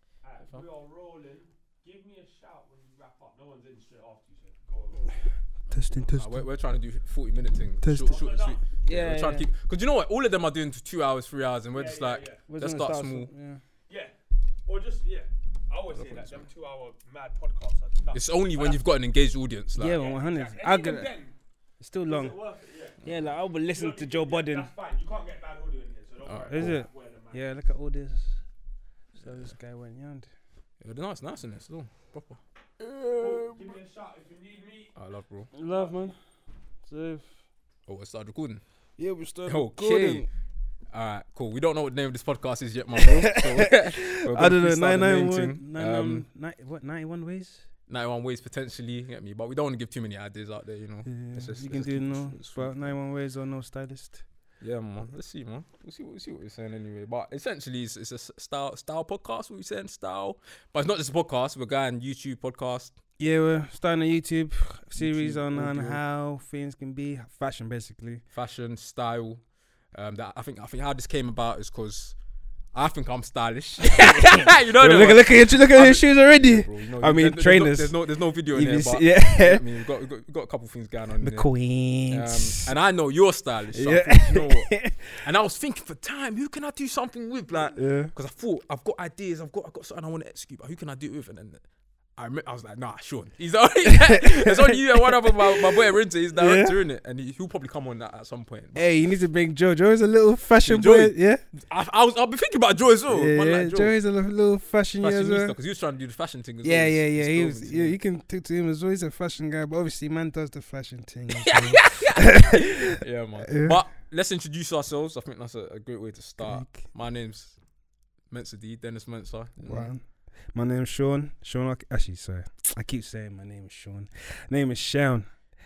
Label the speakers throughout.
Speaker 1: We
Speaker 2: microphone.
Speaker 1: are rolling. Give me a shout when you wrap up. No one's in straight after you, so go.
Speaker 3: Testing,
Speaker 2: Nah, we're, we're trying to do 40 minute thing.
Speaker 3: Test-
Speaker 2: Short, short and
Speaker 1: Hold
Speaker 2: sweet.
Speaker 1: up.
Speaker 2: Yeah, we're trying to keep. Because you know what? All of them are doing t- two hours, three hours, and we're
Speaker 1: Yeah,
Speaker 2: just
Speaker 1: yeah,
Speaker 2: like,
Speaker 1: yeah.
Speaker 3: We're
Speaker 2: Let's
Speaker 3: gonna
Speaker 2: start
Speaker 3: some-
Speaker 1: Yeah. Or just yeah. I always say that them two hour mad podcasts are nuts.
Speaker 2: it's only when you've got an engaged audience.
Speaker 3: Yeah,
Speaker 2: Like,
Speaker 3: yeah, one hundred.
Speaker 1: Exactly.
Speaker 3: I
Speaker 1: And
Speaker 3: get
Speaker 1: even
Speaker 3: it.
Speaker 1: then,
Speaker 3: It's still
Speaker 1: is
Speaker 3: long.
Speaker 1: it worth it? Yeah.
Speaker 3: Yeah, like I would listen
Speaker 1: You
Speaker 3: to
Speaker 1: know,
Speaker 3: Joe
Speaker 1: yeah,
Speaker 3: Budden.
Speaker 1: That's fine. You can't get bad audio in here, so don't
Speaker 2: Uh,
Speaker 1: worry.
Speaker 3: Is
Speaker 1: about
Speaker 3: it?
Speaker 1: where the man-
Speaker 3: Yeah, look at all this. So this guy went yond.
Speaker 2: Yeah, no, it's nice in there still. Proper.
Speaker 1: Cool. Give me a shout if you need me.
Speaker 2: I love, bro.
Speaker 3: Love man. Safe.
Speaker 2: Oh, I started recording.
Speaker 3: Yeah, we started.
Speaker 2: Okay. All right, cool. We don't know what the name of this podcast is yet, my bro. so we're gonna
Speaker 3: I don't know.
Speaker 2: freestyle the name
Speaker 3: Nine nine
Speaker 2: thing.
Speaker 3: one. Nine
Speaker 2: Um,
Speaker 3: um, nine, what? Ninety one ways.
Speaker 2: 91 ways potentially, you get me? But we don't want to give too many ideas out there, you know?
Speaker 3: Yeah,
Speaker 2: let's just-
Speaker 3: you
Speaker 2: let's
Speaker 3: can
Speaker 2: just
Speaker 3: do
Speaker 2: keep it
Speaker 3: no.
Speaker 2: short and sweet.
Speaker 3: But ninety one ways or no stylist.
Speaker 2: Yeah, man. Let's see, man. We'll see what, we'll see what you're saying anyway. But essentially, it's, it's a s- style style podcast. What you saying, style? But it's not just a podcast. We're going YouTube podcast.
Speaker 3: Yeah, we're starting a YouTube series
Speaker 2: YouTube
Speaker 3: on, on
Speaker 2: audio.
Speaker 3: how things can be fashion, basically.
Speaker 2: fashion style. Um, that I think I think how this came about is because I think I'm stylish. you know,
Speaker 3: Yo,
Speaker 2: that
Speaker 3: look,
Speaker 2: one.
Speaker 3: at- look at your, look
Speaker 2: I
Speaker 3: at
Speaker 2: mean-
Speaker 3: his shoes already.
Speaker 2: Bro, you know,
Speaker 3: I
Speaker 2: you-
Speaker 3: mean,
Speaker 2: there's- there's no-
Speaker 3: trainers.
Speaker 2: There's no, there's no video in
Speaker 3: You
Speaker 2: there,
Speaker 3: be see-
Speaker 2: but
Speaker 3: yeah,
Speaker 2: I mean, we've got, we've got we've got a couple things going on.
Speaker 3: the
Speaker 2: in there. Um,
Speaker 3: queens.
Speaker 2: and I know you're stylish. So I
Speaker 3: Yeah.
Speaker 2: think, you know what? And I was thinking for time, who can I do something with? Like,
Speaker 3: yeah.
Speaker 2: because I thought I've got ideas, I've got I've got something I want to execute, but who can I do it with? And then I remember, I was like, nah, Sean. He's the only it's only you and one other my, my boy Rinta, he's director in it, and he, he'll probably come on that at some point.
Speaker 3: Hey, you need to bring Joe. Joe is a little fashion
Speaker 2: Joey.
Speaker 3: boy. Yeah,
Speaker 2: I, I was I've been thinking about Joe as well.
Speaker 3: yeah.
Speaker 2: Oh, man,
Speaker 3: yeah.
Speaker 2: like Joe.
Speaker 3: Joe is a li- little fashion, yeah, as well.
Speaker 2: because he was trying to do the fashion thing. As
Speaker 3: Yeah,
Speaker 2: well.
Speaker 3: yeah,
Speaker 2: His
Speaker 3: yeah. He
Speaker 2: clothing
Speaker 3: was,
Speaker 2: thing.
Speaker 3: yeah, you can talk to him as well. He's a fashion guy, but obviously, man does the fashion thing. so-
Speaker 2: yeah, man.
Speaker 3: Yeah.
Speaker 2: But let's introduce ourselves. I think that's a, a great way to start.
Speaker 3: Like,
Speaker 2: My name's Mensa D, Dennis Mensa. you know.
Speaker 3: wow. My name's Sean. Sean, Arc- actually, sorry, I keep saying my name is Sean. Name is Sean.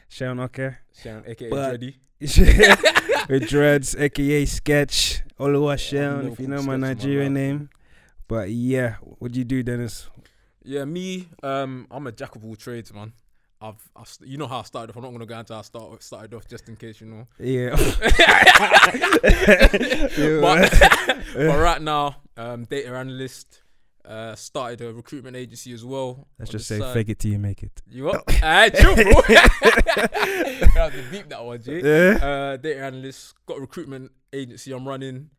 Speaker 3: Sean, okay.
Speaker 2: Sharon, aka
Speaker 3: But-
Speaker 2: Dreddy.
Speaker 3: with dreads, aka Sketch, Oluwa Sean,
Speaker 2: know
Speaker 3: if you
Speaker 2: who
Speaker 3: know
Speaker 2: Sketch
Speaker 3: my
Speaker 2: is, my
Speaker 3: Nigerian
Speaker 2: man.
Speaker 3: name. But yeah, what do you do, Dennis?
Speaker 2: Yeah, me. Um, I'm a jack of all trades, man. I've, I've st- you know how I started off. I'm not gonna go into how I start, started off, just in case you know.
Speaker 3: Yeah.
Speaker 2: but, but right now, um, data analyst. Uh, started a recruitment agency as well.
Speaker 3: Let's
Speaker 2: on
Speaker 3: just
Speaker 2: the
Speaker 3: say
Speaker 2: side.
Speaker 3: fake it till you make it.
Speaker 2: You up? Aye, chill, bro. Have to beep that one, Jay.
Speaker 3: Yeah.
Speaker 2: Uh, data analyst, got a recruitment agency I'm running.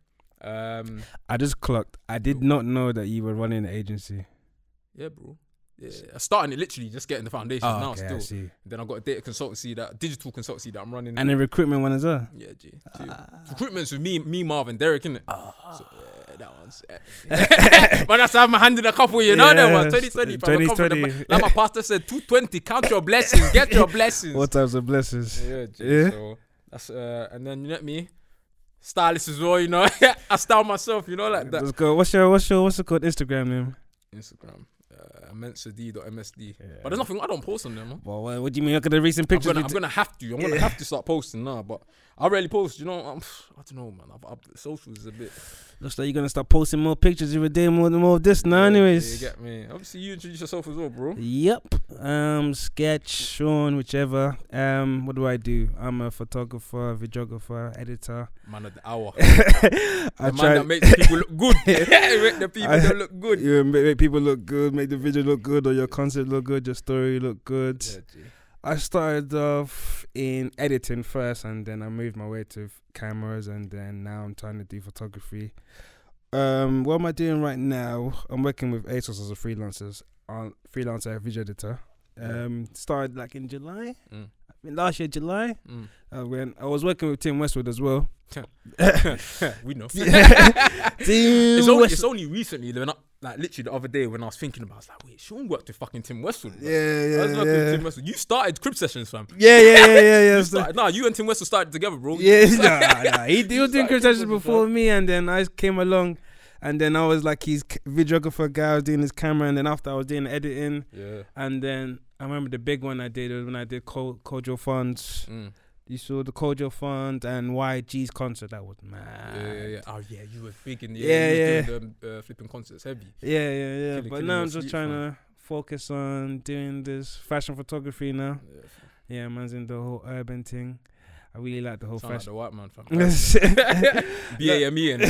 Speaker 2: Um,
Speaker 3: I just clocked. I did not know that you were running an agency.
Speaker 2: yeah, bro. Yeah, I'm starting it literally, just getting the foundations now.
Speaker 3: Oh, okay, I
Speaker 2: still,
Speaker 3: see.
Speaker 2: then I've got a data consultancy that digital consultancy that I'm running.
Speaker 3: And Uh, the recruitment one as well.
Speaker 2: yeah, G. G. Recruitments with me, me, Marv, and Derek, innit?
Speaker 3: Ah.
Speaker 2: So, yeah, that one's. Man, I have to have my hand in a couple, you know, that one.
Speaker 3: Yes,
Speaker 2: 2020, fam, I come from the-
Speaker 3: 2020.
Speaker 2: Like my pastor said, 220, count your blessings, get your blessings.
Speaker 3: All types of blessings.
Speaker 2: Yeah, G,
Speaker 3: Yeah.
Speaker 2: So that's uh, and then you know me, stylist as well. You know, I style myself. You know, like that.
Speaker 3: Let's go. What's your what's your what's it called Instagram name?
Speaker 2: Instagram, uh, mensad.msd. But there's nothing I don't post on them. man.
Speaker 3: Well, what, what do you mean? Look at the recent
Speaker 2: I'm
Speaker 3: pictures.
Speaker 2: gonna,
Speaker 3: you
Speaker 2: I'm
Speaker 3: t-
Speaker 2: gonna have to. I'm gonna have to start posting now. But I rarely post. You know, I'm, I don't know, man. I've, I've, social is a bit.
Speaker 3: Looks like you're gonna start posting more pictures every day, more than more of this now.
Speaker 2: Yeah,
Speaker 3: Anyways,
Speaker 2: you get me. Obviously, you introduce yourself as well, bro.
Speaker 3: Yep. Um, sketch, Sean, whichever. Um, what do I do? I'm a photographer, videographer, editor.
Speaker 2: Man of the hour.
Speaker 3: I
Speaker 2: the man
Speaker 3: try.
Speaker 2: that makes people look good. Make the people
Speaker 3: I-
Speaker 2: that look good.
Speaker 3: yeah, make, make people look good, make the video look good, or your concept look good, your story look good.
Speaker 2: Yeah, G.
Speaker 3: I started off in editing first, and then I moved my way to f- cameras, and then now I'm trying to do photography. Um, what am I doing right now? I'm working with ASOS as a freelancer, on freelancer video editor. Um, started like in July,
Speaker 2: Mm.
Speaker 3: I mean, last year July.
Speaker 2: Mm.
Speaker 3: Uh, when I was working with Tim Westwood as well.
Speaker 2: we know.
Speaker 3: Tim
Speaker 2: It's only,
Speaker 3: West-
Speaker 2: it's only recently, when I, like literally the other day when I was thinking about, it, I was like, wait, Sean worked with fucking Tim Westwood. bro.
Speaker 3: yeah,
Speaker 2: I
Speaker 3: yeah,
Speaker 2: was working with
Speaker 3: yeah.
Speaker 2: Tim Westwood. You started crib sessions, fam.
Speaker 3: yeah, yeah, yeah, yeah, yeah.
Speaker 2: You
Speaker 3: So-
Speaker 2: started, nah, you and Tim Westwood started together, bro.
Speaker 3: Yeah, nah, nah. He, he was doing
Speaker 2: like,
Speaker 3: crib
Speaker 2: "This
Speaker 3: sessions
Speaker 2: is
Speaker 3: before me, and then I came along, and then I was like his c- videographer guy. I was doing his camera, and then after I was doing the editing,
Speaker 2: Yeah.
Speaker 3: and then I remember the big one I did was when I did Co- Kojo Funds.
Speaker 2: Mm.
Speaker 3: You saw the Kojo Fund and YG's concert. That was
Speaker 2: yeah, yeah,
Speaker 3: mad.
Speaker 2: yeah. Oh yeah, you were big in the
Speaker 3: Yeah,
Speaker 2: yeah, you were doing them, uh, flipping concerts heavy.
Speaker 3: Yeah, yeah, yeah.
Speaker 2: Killing-
Speaker 3: but
Speaker 2: killing
Speaker 3: now
Speaker 2: your
Speaker 3: I'm just
Speaker 2: sleep,
Speaker 3: trying
Speaker 2: man.
Speaker 3: to focus on doing this fashion photography now.
Speaker 2: Yeah, fam.
Speaker 3: Yeah, man's in the whole urban thing. I really like the whole
Speaker 2: Sound like
Speaker 3: fashion.
Speaker 2: the white man, fam.
Speaker 3: I
Speaker 2: B A M E and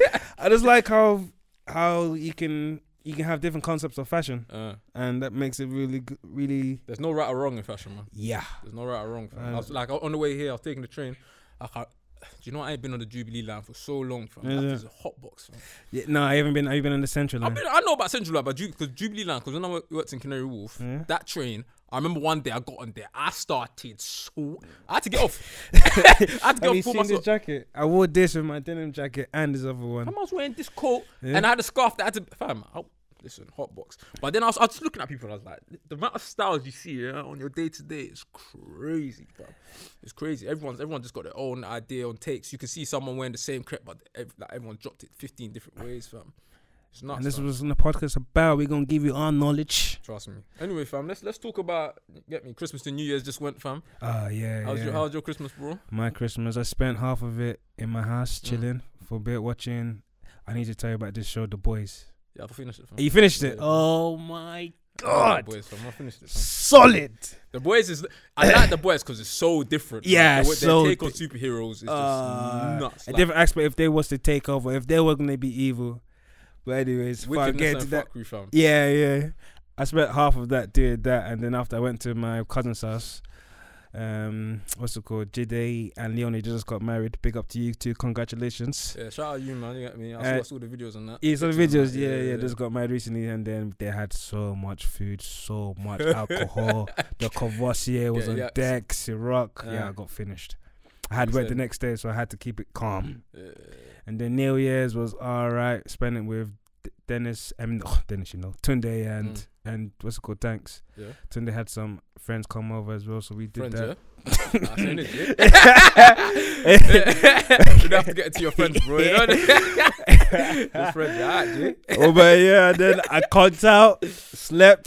Speaker 3: just like how how you can you can have different concepts of fashion,
Speaker 2: Uh,
Speaker 3: and that makes it really, g- really,
Speaker 2: there's no right or wrong in fashion, man.
Speaker 3: yeah.
Speaker 2: There's no right or wrong. Fam. I
Speaker 3: Uh,
Speaker 2: was like on the way here, I was taking the train. Like, I, do you know I ain't been on the Jubilee line for so long, fam?
Speaker 3: Yeah,
Speaker 2: That
Speaker 3: yeah.
Speaker 2: is a hot box, fam.
Speaker 3: yeah. No, I haven't been. I've been on the central
Speaker 2: I've
Speaker 3: line.
Speaker 2: been, I know about Central Line, but because Jubilee Line, because when I wo- worked in Canary Wharf,
Speaker 3: Yeah.
Speaker 2: that train. I remember one day I got on there. I started so I had to get off. I had to
Speaker 3: Have
Speaker 2: get
Speaker 3: you
Speaker 2: off for
Speaker 3: seen this
Speaker 2: myself.
Speaker 3: jacket? I wore this with my denim jacket and this other one.
Speaker 2: I was wearing this coat
Speaker 3: Yeah.
Speaker 2: and I had a scarf that I had to fam. I, listen, hot box. But then I was, I was just looking at people and I was like, the amount of styles you see yeah, on your day to day is crazy, fam. It's crazy. Everyone's everyone just got their own idea on takes. You can see someone wearing the same crap, but ev- like, everyone dropped it 15 different ways, fam. It's nuts.
Speaker 3: And this
Speaker 2: fam.
Speaker 3: was on the podcast about. We're gonna give you our knowledge.
Speaker 2: Trust me. Anyway, fam, let's let's talk about get me Christmas to New Year's just went, fam.
Speaker 3: Oh yeah,
Speaker 2: How's
Speaker 3: yeah.
Speaker 2: your how's your Christmas, bro?
Speaker 3: my Christmas. I spent half of it in my house
Speaker 2: Mm.
Speaker 3: chilling for a bit watching. I need to tell you about this show, The Boys.
Speaker 2: Yeah, I've finished it. Fam.
Speaker 3: You finished it.
Speaker 2: Mm. Yeah.
Speaker 3: Oh my
Speaker 2: I like
Speaker 3: god,
Speaker 2: The boys, fam. I finished it. Fam.
Speaker 3: solid.
Speaker 2: The boys is I like the boys because it's so different. man.
Speaker 3: Yeah,
Speaker 2: Their- their
Speaker 3: so
Speaker 2: take on
Speaker 3: di-
Speaker 2: superheroes is just
Speaker 3: Uh,
Speaker 2: nuts.
Speaker 3: A
Speaker 2: Like,
Speaker 3: different aspect if they was to take over, if they were gonna be evil. But anyways, fuck,
Speaker 2: wickedness
Speaker 3: get to
Speaker 2: and
Speaker 3: that.
Speaker 2: fuckery, fam.
Speaker 3: Yeah, yeah. I spent half of that doing that, and then after I went to my cousin's house, um, what's it called? Jide and Leonie just got married. Big up to you two. Congratulations.
Speaker 2: Yeah, shout out you, man. You get me. I
Speaker 3: Uh,
Speaker 2: saw, I saw the videos on that.
Speaker 3: Yeah, so the
Speaker 2: Pictures
Speaker 3: videos,
Speaker 2: and that.
Speaker 3: yeah, yeah, just got married recently, and then they had so much food, so much alcohol. the Courvoisier was
Speaker 2: Yeah,
Speaker 3: on
Speaker 2: yeah.
Speaker 3: deck, Ciroc. yeah,
Speaker 2: Yeah.
Speaker 3: I got finished. I had
Speaker 2: Makes
Speaker 3: work the
Speaker 2: sense.
Speaker 3: next day, so I had to keep it calm.
Speaker 2: Yeah.
Speaker 3: And then New Year's was all right. Spent it with D- Dennis. I mean, oh, Dennis, you know, Tunde and
Speaker 2: Mm.
Speaker 3: and what's it called? Thanks.
Speaker 2: Yeah.
Speaker 3: Tunde had some friends come over as well, so we did
Speaker 2: Friends, yeah.
Speaker 3: that.
Speaker 2: Nah, it's energy. you don't have to get into your friends, bro. You know what I mean? Just friends, yeah, alright, G.
Speaker 3: oh, but yeah, then I conked out, slept,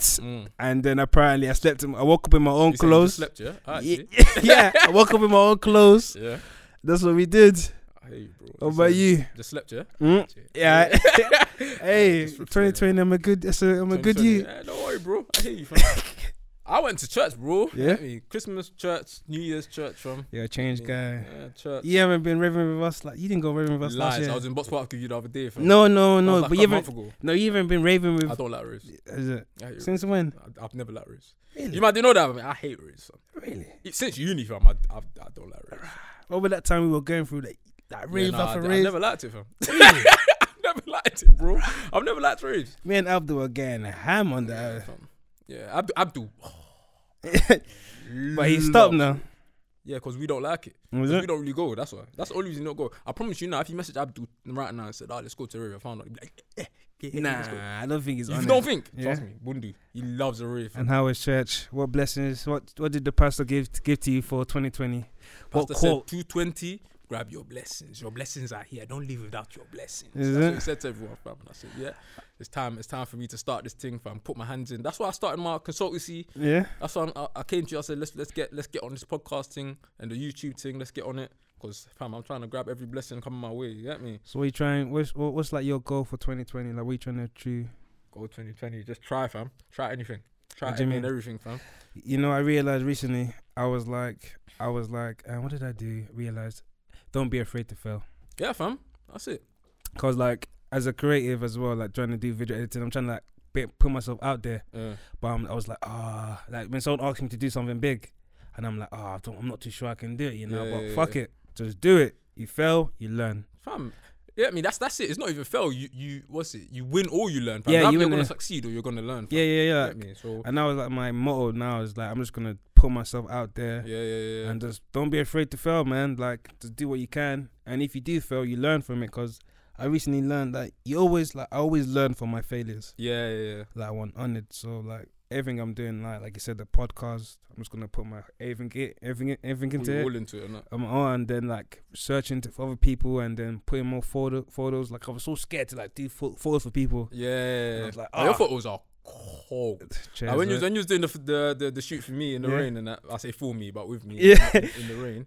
Speaker 2: Mm.
Speaker 3: and then apparently I slept. In, I woke up in my own
Speaker 2: You said you just
Speaker 3: clothes.
Speaker 2: Slept, yeah. Alright,
Speaker 3: Ye-
Speaker 2: G.
Speaker 3: yeah, I woke up in my own clothes.
Speaker 2: Yeah.
Speaker 3: That's what we did.
Speaker 2: I hear you, bro.
Speaker 3: What
Speaker 2: Just
Speaker 3: about
Speaker 2: slept-
Speaker 3: you?
Speaker 2: Just slept, yeah.
Speaker 3: Mm?
Speaker 2: G.
Speaker 3: Yeah. hey,
Speaker 2: Just repeat it.
Speaker 3: 2020, I'm a good, it's a, I'm a good year.
Speaker 2: Yeah, don't worry, bro. I hear you, fam. I went to church, bro.
Speaker 3: Yeah?
Speaker 2: Get me. Christmas church, New Year's church, fam.
Speaker 3: You're a changed guy.
Speaker 2: Yeah, church.
Speaker 3: You haven't been raving with us like you didn't go raving with us last
Speaker 2: Lies.
Speaker 3: year.
Speaker 2: I was in Botswana with you the other day, fam.
Speaker 3: no, no, no.
Speaker 2: That was like a
Speaker 3: but you haven't.
Speaker 2: month ago.
Speaker 3: No, you haven't been raving
Speaker 2: I
Speaker 3: with.
Speaker 2: don't like race.
Speaker 3: Is it,
Speaker 2: I hate race.
Speaker 3: since when?
Speaker 2: I- I've never liked race.
Speaker 3: Really?
Speaker 2: You might do know that, man. I hate race. fam.
Speaker 3: really?
Speaker 2: It- Since uni, fam, I, I, I don't like race.
Speaker 3: Over that time we were going through like that
Speaker 2: Yeah,
Speaker 3: rave
Speaker 2: nah, I,
Speaker 3: after
Speaker 2: I
Speaker 3: rave.
Speaker 2: never liked it, fam. I've never liked it, bro. I've never liked race.
Speaker 3: Me and Abdul were getting ham on
Speaker 2: Yeah,
Speaker 3: that.
Speaker 2: fam. Yeah, Ab- Abdul.
Speaker 3: but he
Speaker 2: loves-
Speaker 3: stopped now.
Speaker 2: Yeah, because we don't like it. 'Cause
Speaker 3: Was it?
Speaker 2: We don't really go. That's why. That's the only reason we don't go. I promise you now, if you message Abdul right now and said, "Ah, let's go to rave," I found out. He'd be like, eh, eh, eh,
Speaker 3: Nah,
Speaker 2: let's go."
Speaker 3: I don't think he's
Speaker 2: You
Speaker 3: on.
Speaker 2: don't
Speaker 3: it.
Speaker 2: think?
Speaker 3: Yeah.
Speaker 2: Trust me, Bundu. He loves a rave.
Speaker 3: And how was church? What blessings? What What did the pastor give give to you for 2020? What
Speaker 2: Pastor said,
Speaker 3: quote?
Speaker 2: 220, grab your blessings. Your blessings are here. Don't leave without your blessings.
Speaker 3: Is
Speaker 2: That's
Speaker 3: it?
Speaker 2: what he said to everyone, fam. And I said, yeah, it's time. It's time for me to start this thing, fam. Put my hands in. That's why I started my consultancy.
Speaker 3: Yeah.
Speaker 2: That's why I'm- I, I came to you. I said, let's let's get let's get on this podcast thing and the YouTube thing. Let's get on it. Cause fam, I'm trying to grab every blessing coming my way. You get me?
Speaker 3: So what you trying? What's what- What's like your goal for 2020? Like what you trying to achieve?
Speaker 2: Go 2020. Just try, fam. Try anything. Try
Speaker 3: What do you
Speaker 2: any
Speaker 3: mean?
Speaker 2: and everything, fam.
Speaker 3: You know, I realized recently. I was like, I was like, uh, what did I do? Realized, don't be afraid to fail.
Speaker 2: Yeah, fam. That's it.
Speaker 3: Cause like as a creative as well, like trying to do video editing, I'm trying to like be, put myself out there.
Speaker 2: Yeah.
Speaker 3: But um, I was like, ah, like when someone asks me to do something big, and I'm like, ah, I don't, I'm not too sure I can do it, you know.
Speaker 2: Yeah,
Speaker 3: but
Speaker 2: yeah,
Speaker 3: fuck
Speaker 2: yeah.
Speaker 3: it, just do it. You fail, you learn.
Speaker 2: Fam, yeah, I mean that's that's it. It's not even fail. You you what's it? You win or you learn. Fam.
Speaker 3: Yeah,
Speaker 2: Either
Speaker 3: you
Speaker 2: you're
Speaker 3: win,
Speaker 2: gonna
Speaker 3: yeah.
Speaker 2: succeed or you're gonna learn. Fam.
Speaker 3: Yeah, yeah, yeah.
Speaker 2: You
Speaker 3: like-
Speaker 2: get me? So
Speaker 3: and that was like my motto now is like, I'm just gonna put myself out there
Speaker 2: yeah, yeah, yeah. yeah.
Speaker 3: and just don't be afraid to fail, man. Like just do what you can, and if you do fail, you learn from it. Cause I recently learned that you always like, I always learn from my failures.
Speaker 2: yeah, yeah, yeah.
Speaker 3: that I want on it. So like everything I'm doing, like like you said, the podcast, I'm just gonna put my everything it, everything everything
Speaker 2: We're
Speaker 3: into
Speaker 2: all
Speaker 3: it.
Speaker 2: into it, innit?
Speaker 3: I'm on and then like searching to, for other people and then putting more photo, photos. Like I was so scared to like do pho- photos for people.
Speaker 2: Yeah, yeah,
Speaker 3: I
Speaker 2: yeah.
Speaker 3: was like,
Speaker 2: Like, Your
Speaker 3: ah.
Speaker 2: photos are cold.
Speaker 3: Cheers,
Speaker 2: Like, when you
Speaker 3: man.
Speaker 2: was, when you was doing the, f- the the the shoot for me in the
Speaker 3: Yeah.
Speaker 2: rain and that I say for me but with me
Speaker 3: Yeah.
Speaker 2: in, in the rain,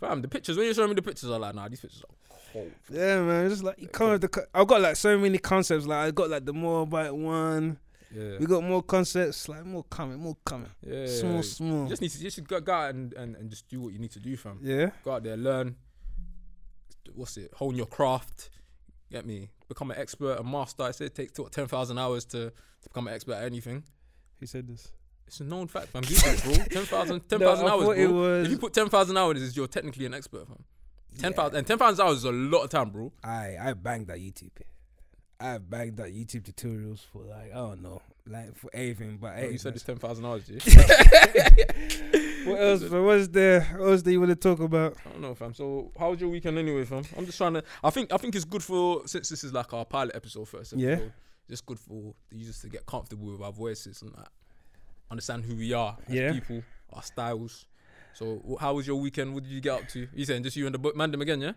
Speaker 2: fam. The pictures when you showing me the pictures, I like nah, these pictures are cold.
Speaker 3: yeah, man, it's just like you can't. have The, co- I've got like so many concepts. Like I got like the more about one.
Speaker 2: Yeah,
Speaker 3: We got more concepts. Like more coming, more coming.
Speaker 2: yeah.
Speaker 3: Small,
Speaker 2: You
Speaker 3: small.
Speaker 2: just need to you should go, go out and, and and just do what you need to do, fam.
Speaker 3: yeah.
Speaker 2: go out there, learn. What's it? Hone your craft. Get me? Become an expert, a master. I said it takes what, 10,000 hours to, to become an expert at anything.
Speaker 3: Who said this?
Speaker 2: It's a known fact, fam. Google it, bro. 10,000 10,000
Speaker 3: I
Speaker 2: hours,
Speaker 3: thought it
Speaker 2: bro.
Speaker 3: was-
Speaker 2: If you put 10,000 hours, is you're technically an expert, fam. 10,000 and 10,000 hours is a lot of time, bro.
Speaker 3: I I banged that YouTube. I banged that YouTube tutorials for like I don't know, like for everything. But
Speaker 2: you
Speaker 3: anything.
Speaker 2: said it's 10,000 hours, G.
Speaker 3: what else? But what's there? What else do you want to talk about?
Speaker 2: I don't know, fam. So how was your weekend anyway, fam? I'm just trying to. I think I think it's good for since this is like our pilot episode first.
Speaker 3: Yeah.
Speaker 2: episode, Just good for the users to get comfortable with our voices and that, understand who we are as
Speaker 3: Yeah.
Speaker 2: people, our styles. So wh- how was your weekend? What did you get up to? You saying just you and the boy, mandem again, yeah?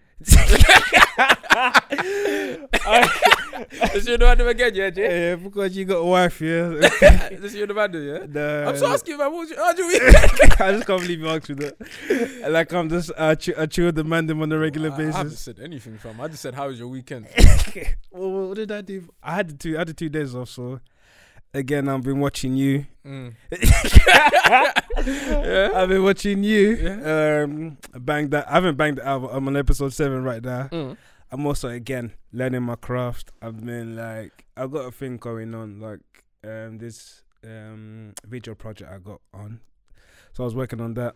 Speaker 2: just you and the mandem again, yeah, Jay?
Speaker 3: Yeah, because you got a wife, yeah.
Speaker 2: just you and the mandem, yeah?
Speaker 3: Nah,
Speaker 2: I'm so asking, man. What was your, how'd your weekend?
Speaker 3: I just can't believe you asked me that. Like I'm just I, ch- I chill the man them on a regular
Speaker 2: I, I haven't
Speaker 3: basis.
Speaker 2: said anything, fam. I just said how was your weekend?
Speaker 3: Well, what did I do? I had the two I had the two days off, so again I've been watching you.
Speaker 2: Mm.
Speaker 3: I've been watching you. Um, bang that. I haven't banged that album. I'm on episode seven right now.
Speaker 2: Mm.
Speaker 3: I'm also again learning my craft. I've been like, I've got a thing going on, like um, this um, video project I got on. So I was working on that.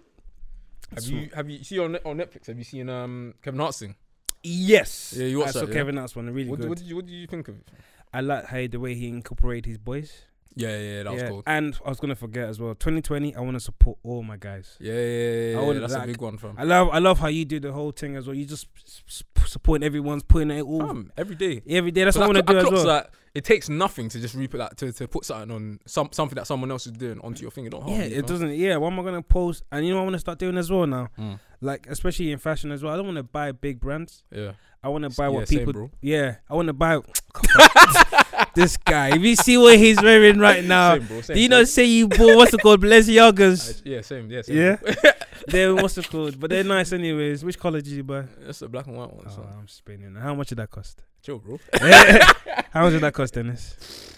Speaker 2: Have
Speaker 3: So-
Speaker 2: you have you see on Net- on Netflix? Have you seen um Kevin Hart sing?
Speaker 3: Yes.
Speaker 2: Yeah, you watched
Speaker 3: I saw
Speaker 2: that, yeah?
Speaker 3: Kevin Hart's one. Really
Speaker 2: What,
Speaker 3: good.
Speaker 2: what did you what did you think of it?
Speaker 3: I like how the way he incorporated his boys.
Speaker 2: Yeah, yeah, yeah that was
Speaker 3: yeah.
Speaker 2: cool.
Speaker 3: And I was gonna forget as well. 2020. I want to support all my guys.
Speaker 2: Yeah, yeah, yeah, yeah,
Speaker 3: I
Speaker 2: yeah,
Speaker 3: wouldn't
Speaker 2: that's
Speaker 3: like-
Speaker 2: a big one, fam.
Speaker 3: I love, I love how you do the whole thing as well. You just s- s- supporting everyone's putting it all
Speaker 2: Fam, every day.
Speaker 3: every day. That's
Speaker 2: So
Speaker 3: what I
Speaker 2: that
Speaker 3: want to
Speaker 2: cl- I
Speaker 3: do as
Speaker 2: clocks
Speaker 3: well.
Speaker 2: that it takes nothing to just repeat that to, to put something on some something that someone else is doing onto your thing. It don't harm
Speaker 3: Yeah,
Speaker 2: you, fam.
Speaker 3: it doesn't. Yeah, what am I gonna post? And you know, what I want to start doing as well now.
Speaker 2: Mm.
Speaker 3: Like, especially in fashion as well. I don't want to buy big brands.
Speaker 2: Yeah,
Speaker 3: I want to buy
Speaker 2: yeah,
Speaker 3: what
Speaker 2: same,
Speaker 3: people.
Speaker 2: bro.
Speaker 3: Yeah, I want to buy. this guy. If you see what he's wearing right now,
Speaker 2: same, bro. Same,
Speaker 3: do you
Speaker 2: same.
Speaker 3: know? Say you bought what's it called,
Speaker 2: I-
Speaker 3: Balenciagas.
Speaker 2: yeah, same, yeah, same.
Speaker 3: Yeah,
Speaker 2: Yeah,
Speaker 3: they're what's it called? But they're nice anyways. Which color did you buy?
Speaker 2: that's a black and white one.
Speaker 3: Oh,
Speaker 2: So.
Speaker 3: I'm spinning. How much did that cost?
Speaker 2: Chill, bro.
Speaker 3: How much did that cost, Dennis?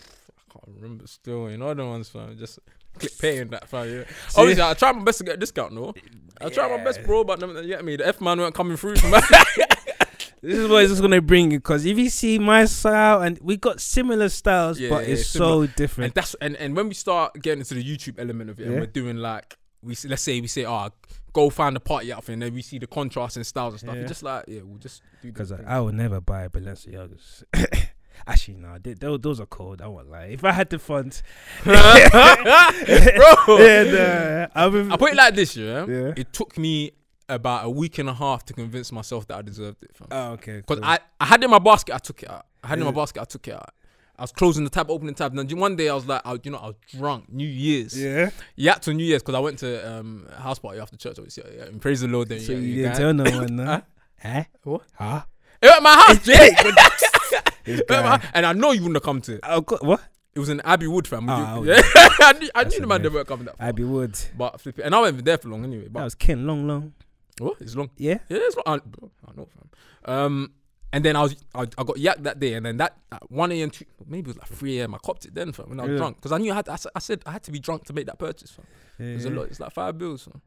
Speaker 2: can't remember still. You know the ones, fam. Just click pay and that, fam. Oh, Yeah.
Speaker 3: See?
Speaker 2: Obviously, I tried my best to get a discount, though. I tried my best,
Speaker 3: Yeah.
Speaker 2: bro, but you get me. The F man weren't coming through. fam.
Speaker 3: This is what it's just gonna bring you. Cause if you see my style, and we got similar styles,
Speaker 2: Yeah,
Speaker 3: but
Speaker 2: yeah,
Speaker 3: it's so
Speaker 2: similar.
Speaker 3: different.
Speaker 2: and that's and, and when we start getting into the YouTube element of it, and
Speaker 3: Yeah.
Speaker 2: we're doing like we s- let's say we say, oh, go find a party outfit, and then we see the contrast and styles and stuff.
Speaker 3: Yeah.
Speaker 2: It's just like yeah, we'll just do
Speaker 3: Because
Speaker 2: that.
Speaker 3: I, I would never buy Balenciagas. Actually, no, they, tho- those are cold. I won't lie. If I had the funds,
Speaker 2: bro.
Speaker 3: yeah, nah, I would.
Speaker 2: I put it like this, yeah?
Speaker 3: Yeah.
Speaker 2: It took me about a week and a half to convince myself that I deserved it, fam.
Speaker 3: oh, okay.
Speaker 2: Because
Speaker 3: cool.
Speaker 2: I, I had it in my basket, I took it out. I had it in my
Speaker 3: Yeah.
Speaker 2: basket, I took it out. I was closing the tab, opening the tab. And then one day I was like, I, you know, I was drunk. New Year's.
Speaker 3: yeah.
Speaker 2: Yeah, to New Year's because I went to um, a house party after church. Obviously, yeah, and praise the Lord. Then
Speaker 3: So
Speaker 2: yeah,
Speaker 3: you,
Speaker 2: you
Speaker 3: didn't
Speaker 2: guys-
Speaker 3: tell no one, no? huh?
Speaker 2: What?
Speaker 3: Huh?
Speaker 2: It was at my house, Jake. It
Speaker 3: This
Speaker 2: was at my
Speaker 3: guy.
Speaker 2: house. and I know you wouldn't have come to it.
Speaker 3: Oh, co- what?
Speaker 2: It was in Abbey Wood, fam.
Speaker 3: Ah, I
Speaker 2: You-
Speaker 3: would-
Speaker 2: yeah, I knew, I
Speaker 3: That's
Speaker 2: knew the man
Speaker 3: amazing.
Speaker 2: that weren't coming that far.
Speaker 3: Abbey Wood.
Speaker 2: But flip it, and I wasn't even there for long anyway.
Speaker 3: That
Speaker 2: But
Speaker 3: was Ken Long Long.
Speaker 2: oh, it's long.
Speaker 3: Yeah.
Speaker 2: Yeah, it's long. I, bro, I know, fam. Um, and then I was I, I got yacked that day, and then that at one a.m. two- maybe it was like three a.m. I copped it then, fam. And I was
Speaker 3: Yeah.
Speaker 2: drunk because I knew I had. To, I, s- I said I had to be drunk to make that purchase, fam. It was a lot. It's like five bills, fam.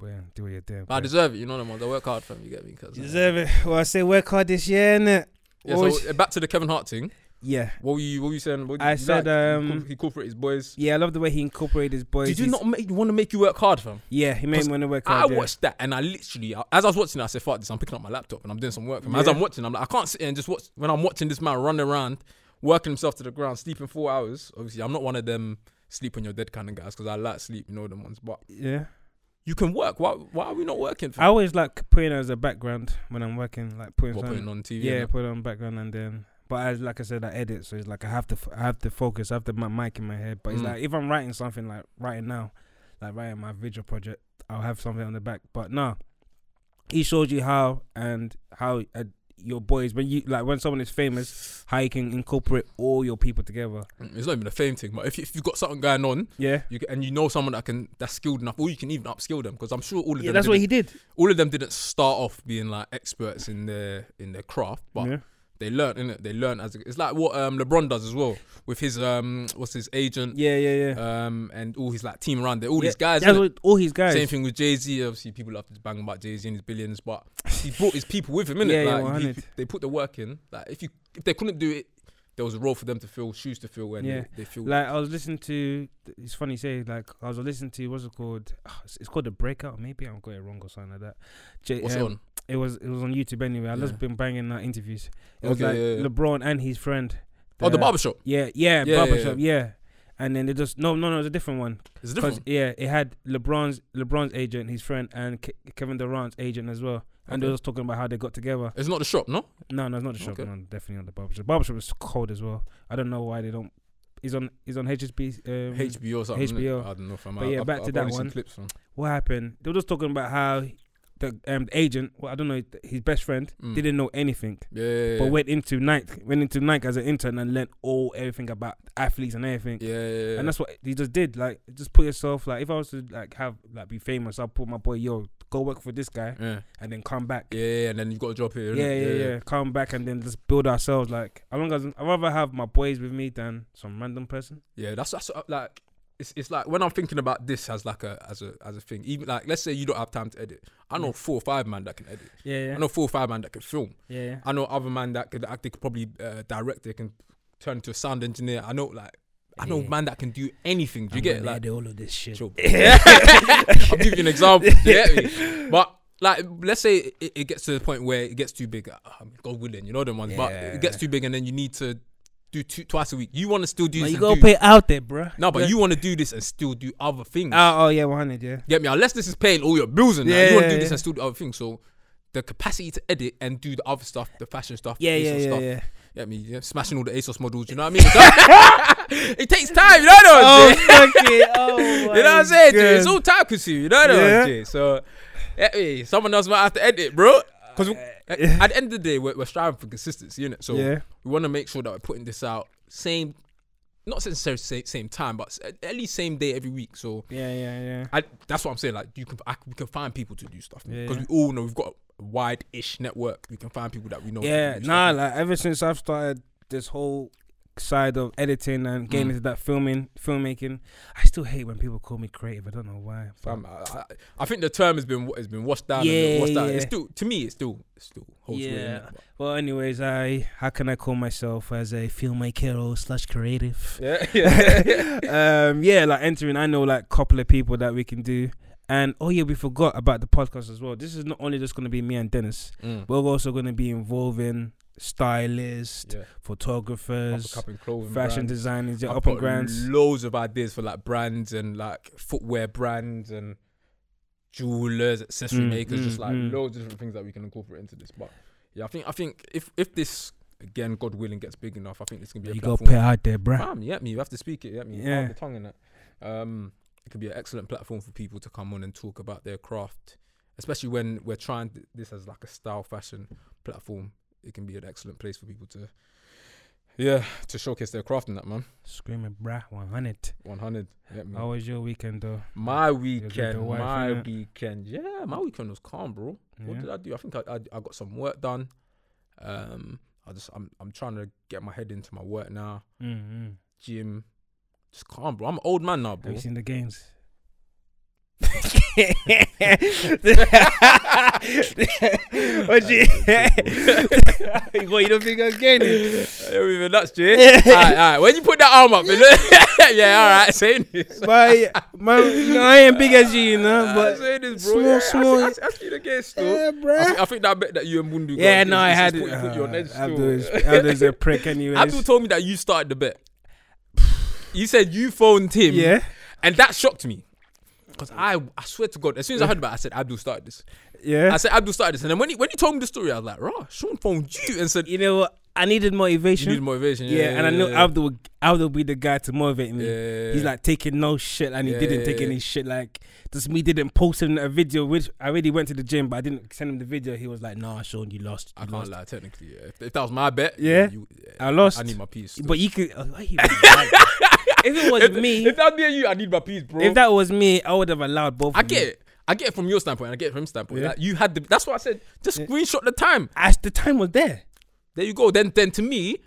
Speaker 3: Well, do what you're doing.
Speaker 2: But I deserve it. You know them ones. I work hard, fam. You get me? Cause, uh,
Speaker 3: deserve it. Well, I say work hard this year, innit?
Speaker 2: Yeah,
Speaker 3: Always-
Speaker 2: so uh, back to the Kevin Hart thing.
Speaker 3: yeah.
Speaker 2: What were you? What were you saying? What did
Speaker 3: I
Speaker 2: you
Speaker 3: said,
Speaker 2: like? He
Speaker 3: um,
Speaker 2: co- he corporate his boys.
Speaker 3: Yeah, I love the way he incorporated his boys.
Speaker 2: Did you
Speaker 3: He's-
Speaker 2: not make, want to make you work hard, fam?
Speaker 3: Yeah, he made
Speaker 2: 'Cause
Speaker 3: me want to work
Speaker 2: I
Speaker 3: hard. yeah.
Speaker 2: watched that and I literally, I- as I was watching, it, I said, "Fuck this!" I'm picking up my laptop and I'm doing some work. Fam. As
Speaker 3: Yeah.
Speaker 2: I'm watching, I'm like, I can't sit here and just watch. When I'm watching this man run around, working himself to the ground, sleeping four hours. Obviously, I'm not one of them sleep on your dead kind of guys because I like sleep. You know them ones, but
Speaker 3: Yeah.
Speaker 2: you can work. Why? Why are we not working?
Speaker 3: I
Speaker 2: Fam?
Speaker 3: always like putting it as a background when I'm working, like putting,
Speaker 2: What,
Speaker 3: something-
Speaker 2: putting on TV.
Speaker 3: yeah,
Speaker 2: innit?
Speaker 3: put it on background and then. But as like I said, I edit, so it's like I have to, f- I have to focus, I have to my mic in my head. But it's
Speaker 2: Mm.
Speaker 3: like if I'm writing something like writing now, like writing my visual project, I'll have something on the back. But no, he showed you how and how uh, your boys when you like when someone is famous, how you can incorporate all your people together.
Speaker 2: it's not even a fame thing, but if, you- if you've got something going on.
Speaker 3: Yeah,
Speaker 2: You can, and you know someone that can that's skilled enough, or you can even upskill them because I'm sure all of
Speaker 3: yeah,
Speaker 2: them.
Speaker 3: that's
Speaker 2: didn't-
Speaker 3: what he did.
Speaker 2: all of them didn't start off being like experts in their in their craft, but
Speaker 3: yeah.
Speaker 2: They learn, innit? They learn as it's like what um LeBron does as well with his um what's his agent
Speaker 3: Yeah, yeah, yeah.
Speaker 2: um and all his like team around there. All
Speaker 3: Yeah,
Speaker 2: these guys.
Speaker 3: that's
Speaker 2: innit?
Speaker 3: what- all his guys.
Speaker 2: Same thing with Jay Z. Obviously, people love to bang about Jay Z and his billions, but he brought his people with him, innit?
Speaker 3: Yeah, yeah,
Speaker 2: like, he-
Speaker 3: 100.
Speaker 2: they put the work in. Like if you if they couldn't do it, there was a role for them to fill, shoes to fill, and
Speaker 3: Yeah.
Speaker 2: they, they feel
Speaker 3: Like I was listening to, it's funny you say like I was listening to what's it called? Ah, It's it's called the breakout. Maybe I'm got it wrong or something like that. J-
Speaker 2: what's
Speaker 3: um,
Speaker 2: on.
Speaker 3: It was it was on YouTube anyway. I
Speaker 2: Yeah.
Speaker 3: just been banging out interviews. It was
Speaker 2: Okay,
Speaker 3: like
Speaker 2: yeah, yeah.
Speaker 3: LeBron and his friend.
Speaker 2: Oh, the barbershop.
Speaker 3: Yeah, yeah,
Speaker 2: Yeah,
Speaker 3: barbershop. Yeah. And then they just no, no, no. It was a different one.
Speaker 2: It's a
Speaker 3: 'Cause,
Speaker 2: different.
Speaker 3: yeah, it had LeBron's LeBron's agent, his friend, and Ke- Kevin Durant's agent as well. And they
Speaker 2: Okay.
Speaker 3: were just talking about how they got together.
Speaker 2: It's not the shop, no.
Speaker 3: No, no, it's not the shop.
Speaker 2: Okay.
Speaker 3: No, definitely not the barbershop. Barbershop is cold as well. I don't know why they don't. He's on. He's on HSB. Um,
Speaker 2: HBO or something. innit?
Speaker 3: HBO.
Speaker 2: I don't know if I'm.
Speaker 3: But yeah,
Speaker 2: I've,
Speaker 3: back
Speaker 2: I've
Speaker 3: to that
Speaker 2: only seen
Speaker 3: one.
Speaker 2: Clips from.
Speaker 3: what happened? They were just talking about how the um, the agent, well, I don't know, his best friend
Speaker 2: Mm.
Speaker 3: didn't know anything,
Speaker 2: Yeah, yeah, yeah.
Speaker 3: but went into Nike, went into Nike as an intern and learned all everything about athletes and everything.
Speaker 2: yeah, yeah, yeah.
Speaker 3: And that's what he just did. Like, just put yourself like, if I was to like have like be famous, I'll put my boy, yo, go work for this guy,
Speaker 2: yeah.
Speaker 3: and then come back.
Speaker 2: yeah, yeah, and then you got a job here.
Speaker 3: Yeah,
Speaker 2: innit?
Speaker 3: yeah, yeah, Come back and then just build ourselves. Like, as long as I'd rather have my boys with me than some random person.
Speaker 2: Yeah, that's that's uh, like it's it's like when I'm thinking about this as like a as a as a thing. Even like let's say you don't have time to edit. I know
Speaker 3: Yeah.
Speaker 2: four or five man that can edit.
Speaker 3: Yeah, yeah,
Speaker 2: I know four or five man that can film.
Speaker 3: yeah, yeah.
Speaker 2: I know other man that could act. They could probably uh, direct. They can turn into a sound engineer. I know like I know
Speaker 3: Yeah.
Speaker 2: man that can do anything. Do you get it? like?
Speaker 3: all of this shit.
Speaker 2: chill. I'll give you an example. you get me? But like, let's say it, it gets to the point where it gets too big. Uh, um, God willing, you know them ones. But
Speaker 3: Yeah.
Speaker 2: it gets too big, and then you need to do two, twice a week. You want to still do
Speaker 3: Man,
Speaker 2: this.
Speaker 3: you
Speaker 2: and
Speaker 3: gotta
Speaker 2: do-
Speaker 3: pay out there, bro.
Speaker 2: no, but you want to do this and still do other things.
Speaker 3: Oh, oh yeah, one hundred. Yeah.
Speaker 2: Get me? Unless this is paying all your bills and that.
Speaker 3: Yeah,
Speaker 2: You want
Speaker 3: yeah,
Speaker 2: to do this
Speaker 3: yeah.
Speaker 2: and still do other things. So the capacity to edit and do the other stuff, the fashion stuff,
Speaker 3: Yeah,
Speaker 2: ASOS
Speaker 3: yeah, yeah,
Speaker 2: stuff.
Speaker 3: yeah.
Speaker 2: Get me? Yeah, smashing all the ASOS models. You know what I mean? it takes time. You know what I'm saying?
Speaker 3: okay. Oh,
Speaker 2: you know what I'm saying? Jay? It's all time consuming. You know what
Speaker 3: Yeah.
Speaker 2: I'm saying? So, eh, eh, someone else might have to edit, bro. Because
Speaker 3: yeah.
Speaker 2: at the end of the day, we're, we're striving for consistency, innit? So
Speaker 3: yeah,
Speaker 2: we want to make sure that we're putting this out same, not necessarily same, same time, but s- at at least same day every week. So
Speaker 3: yeah, yeah, yeah.
Speaker 2: I, that's what I'm saying. Like you can, I, we can find people to do stuff
Speaker 3: Yeah,
Speaker 2: because
Speaker 3: yeah.
Speaker 2: we all know we've got a wide-ish network. We can find people that we know. that
Speaker 3: Oh, Yeah,
Speaker 2: can do
Speaker 3: nah.
Speaker 2: stuff.
Speaker 3: Like ever since I've started this whole side of editing and
Speaker 2: Mm.
Speaker 3: getting into that filming, filmmaking, I still hate when people call me creative. I don't know why. but-
Speaker 2: Fam, I, I, I think the term has been has been washed down. and
Speaker 3: Yeah,
Speaker 2: washed out.
Speaker 3: yeah.
Speaker 2: It's still to me, it's still it's still holds weight.
Speaker 3: Yeah.
Speaker 2: innit? But-
Speaker 3: Well, anyways, I how can I call myself as a filmmaker slash creative?
Speaker 2: Yeah,
Speaker 3: um, yeah, like entering, I know like couple of people that we can do. And oh yeah, we forgot about the podcast as well. This is not only just gonna be me and Dennis,
Speaker 2: Mm.
Speaker 3: we're also gonna be involving stylists,
Speaker 2: yeah.
Speaker 3: photographers,
Speaker 2: Uppercut and clothing
Speaker 3: fashion
Speaker 2: brands.
Speaker 3: designers, yeah,
Speaker 2: I've
Speaker 3: up on
Speaker 2: got
Speaker 3: grants.
Speaker 2: Loads of ideas for like brands and like footwear brands and jewelers, accessory
Speaker 3: Mm,
Speaker 2: makers, just
Speaker 3: mm,
Speaker 2: like
Speaker 3: mm.
Speaker 2: loads of different things that we can incorporate into this. But yeah, I think I think if if this again, God willing, gets big enough, I think this can be a
Speaker 3: You gotta
Speaker 2: platform.
Speaker 3: put it out there, bruh.
Speaker 2: Bam, yeah, me. You have to speak it. Yeah, me.
Speaker 3: Yeah.
Speaker 2: Yeah. The tongue in that. Um, it could be an excellent platform for people to come on and talk about their craft, especially when we're trying th- this as like a style fashion platform. It can be an excellent place for people to, yeah, to showcase their craft in that man.
Speaker 3: Screaming, bruh, 100.
Speaker 2: One hundred. Yeah, me.
Speaker 3: How was your weekend, though?
Speaker 2: my
Speaker 3: with your
Speaker 2: weekend,
Speaker 3: wife,
Speaker 2: my
Speaker 3: innit?
Speaker 2: weekend. Yeah, my weekend was calm, bro. What
Speaker 3: Yeah.
Speaker 2: did I do? I think I, I I got some work done. Um, I just I'm I'm trying to get my head into my work now.
Speaker 3: Mm-hmm.
Speaker 2: Gym, just calm, bro. I'm an old man now, bro.
Speaker 3: Have you seen the games? what you? what you don't think I'm gaining?
Speaker 2: Everything nuts, Jay. alright, alright. When you put that arm up, innit? yeah, alright. Saying this.
Speaker 3: My, my, no, I ain't big as you, you know,
Speaker 2: Ah,
Speaker 3: but
Speaker 2: saying this, bro.
Speaker 3: small,
Speaker 2: yeah,
Speaker 3: small.
Speaker 2: I see, I see, I see the case, though.
Speaker 3: yeah,
Speaker 2: I,
Speaker 3: bruh.
Speaker 2: think, I think that bet that you and Mundu. got
Speaker 3: Yeah,
Speaker 2: is-
Speaker 3: no, I
Speaker 2: is- is
Speaker 3: had.
Speaker 2: Put, put you on edge
Speaker 3: uh, Abdul is,
Speaker 2: still.
Speaker 3: Abdul is a prick, anyways.
Speaker 2: Abdul told me that you started the bet. You said you phoned him,
Speaker 3: yeah,
Speaker 2: and that shocked me. Cause I, I swear to God, as soon as I heard about, it, I said Abdul started this.
Speaker 3: yeah.
Speaker 2: I said Abdul started this, and then when he when he told me the story, I was like, "Raw, Sean phoned you and said
Speaker 3: you know what? I needed
Speaker 2: you
Speaker 3: motivation.
Speaker 2: need motivation."
Speaker 3: yeah, and I knew Abdul would, Abdul would be the guy to motivate me.
Speaker 2: Yeah.
Speaker 3: He's like taking no shit, and he
Speaker 2: Yeah,
Speaker 3: didn't
Speaker 2: yeah,
Speaker 3: take
Speaker 2: yeah.
Speaker 3: any shit. Like just me didn't post him a video, which I already went to the gym, but I didn't send him the video. He was like, "Nah, Sean, you lost.
Speaker 2: I
Speaker 3: You
Speaker 2: can't
Speaker 3: lost.
Speaker 2: lie, technically. Yeah. If, if that was my bet,
Speaker 3: Yeah,
Speaker 2: you- yeah,
Speaker 3: I lost.
Speaker 2: I need my piece.
Speaker 3: But you could. oh, why you lying? if it was
Speaker 2: if,
Speaker 3: me,
Speaker 2: if that would be you, I need my piece, bro.
Speaker 3: if that was me, I would have allowed both.
Speaker 2: I
Speaker 3: of them.
Speaker 2: get it. I get it from your standpoint. and I get it from his standpoint.
Speaker 3: Yeah.
Speaker 2: Like, you had the. That's what I said. Just screenshot the time.
Speaker 3: As the time was there.
Speaker 2: There you go. Then then to me,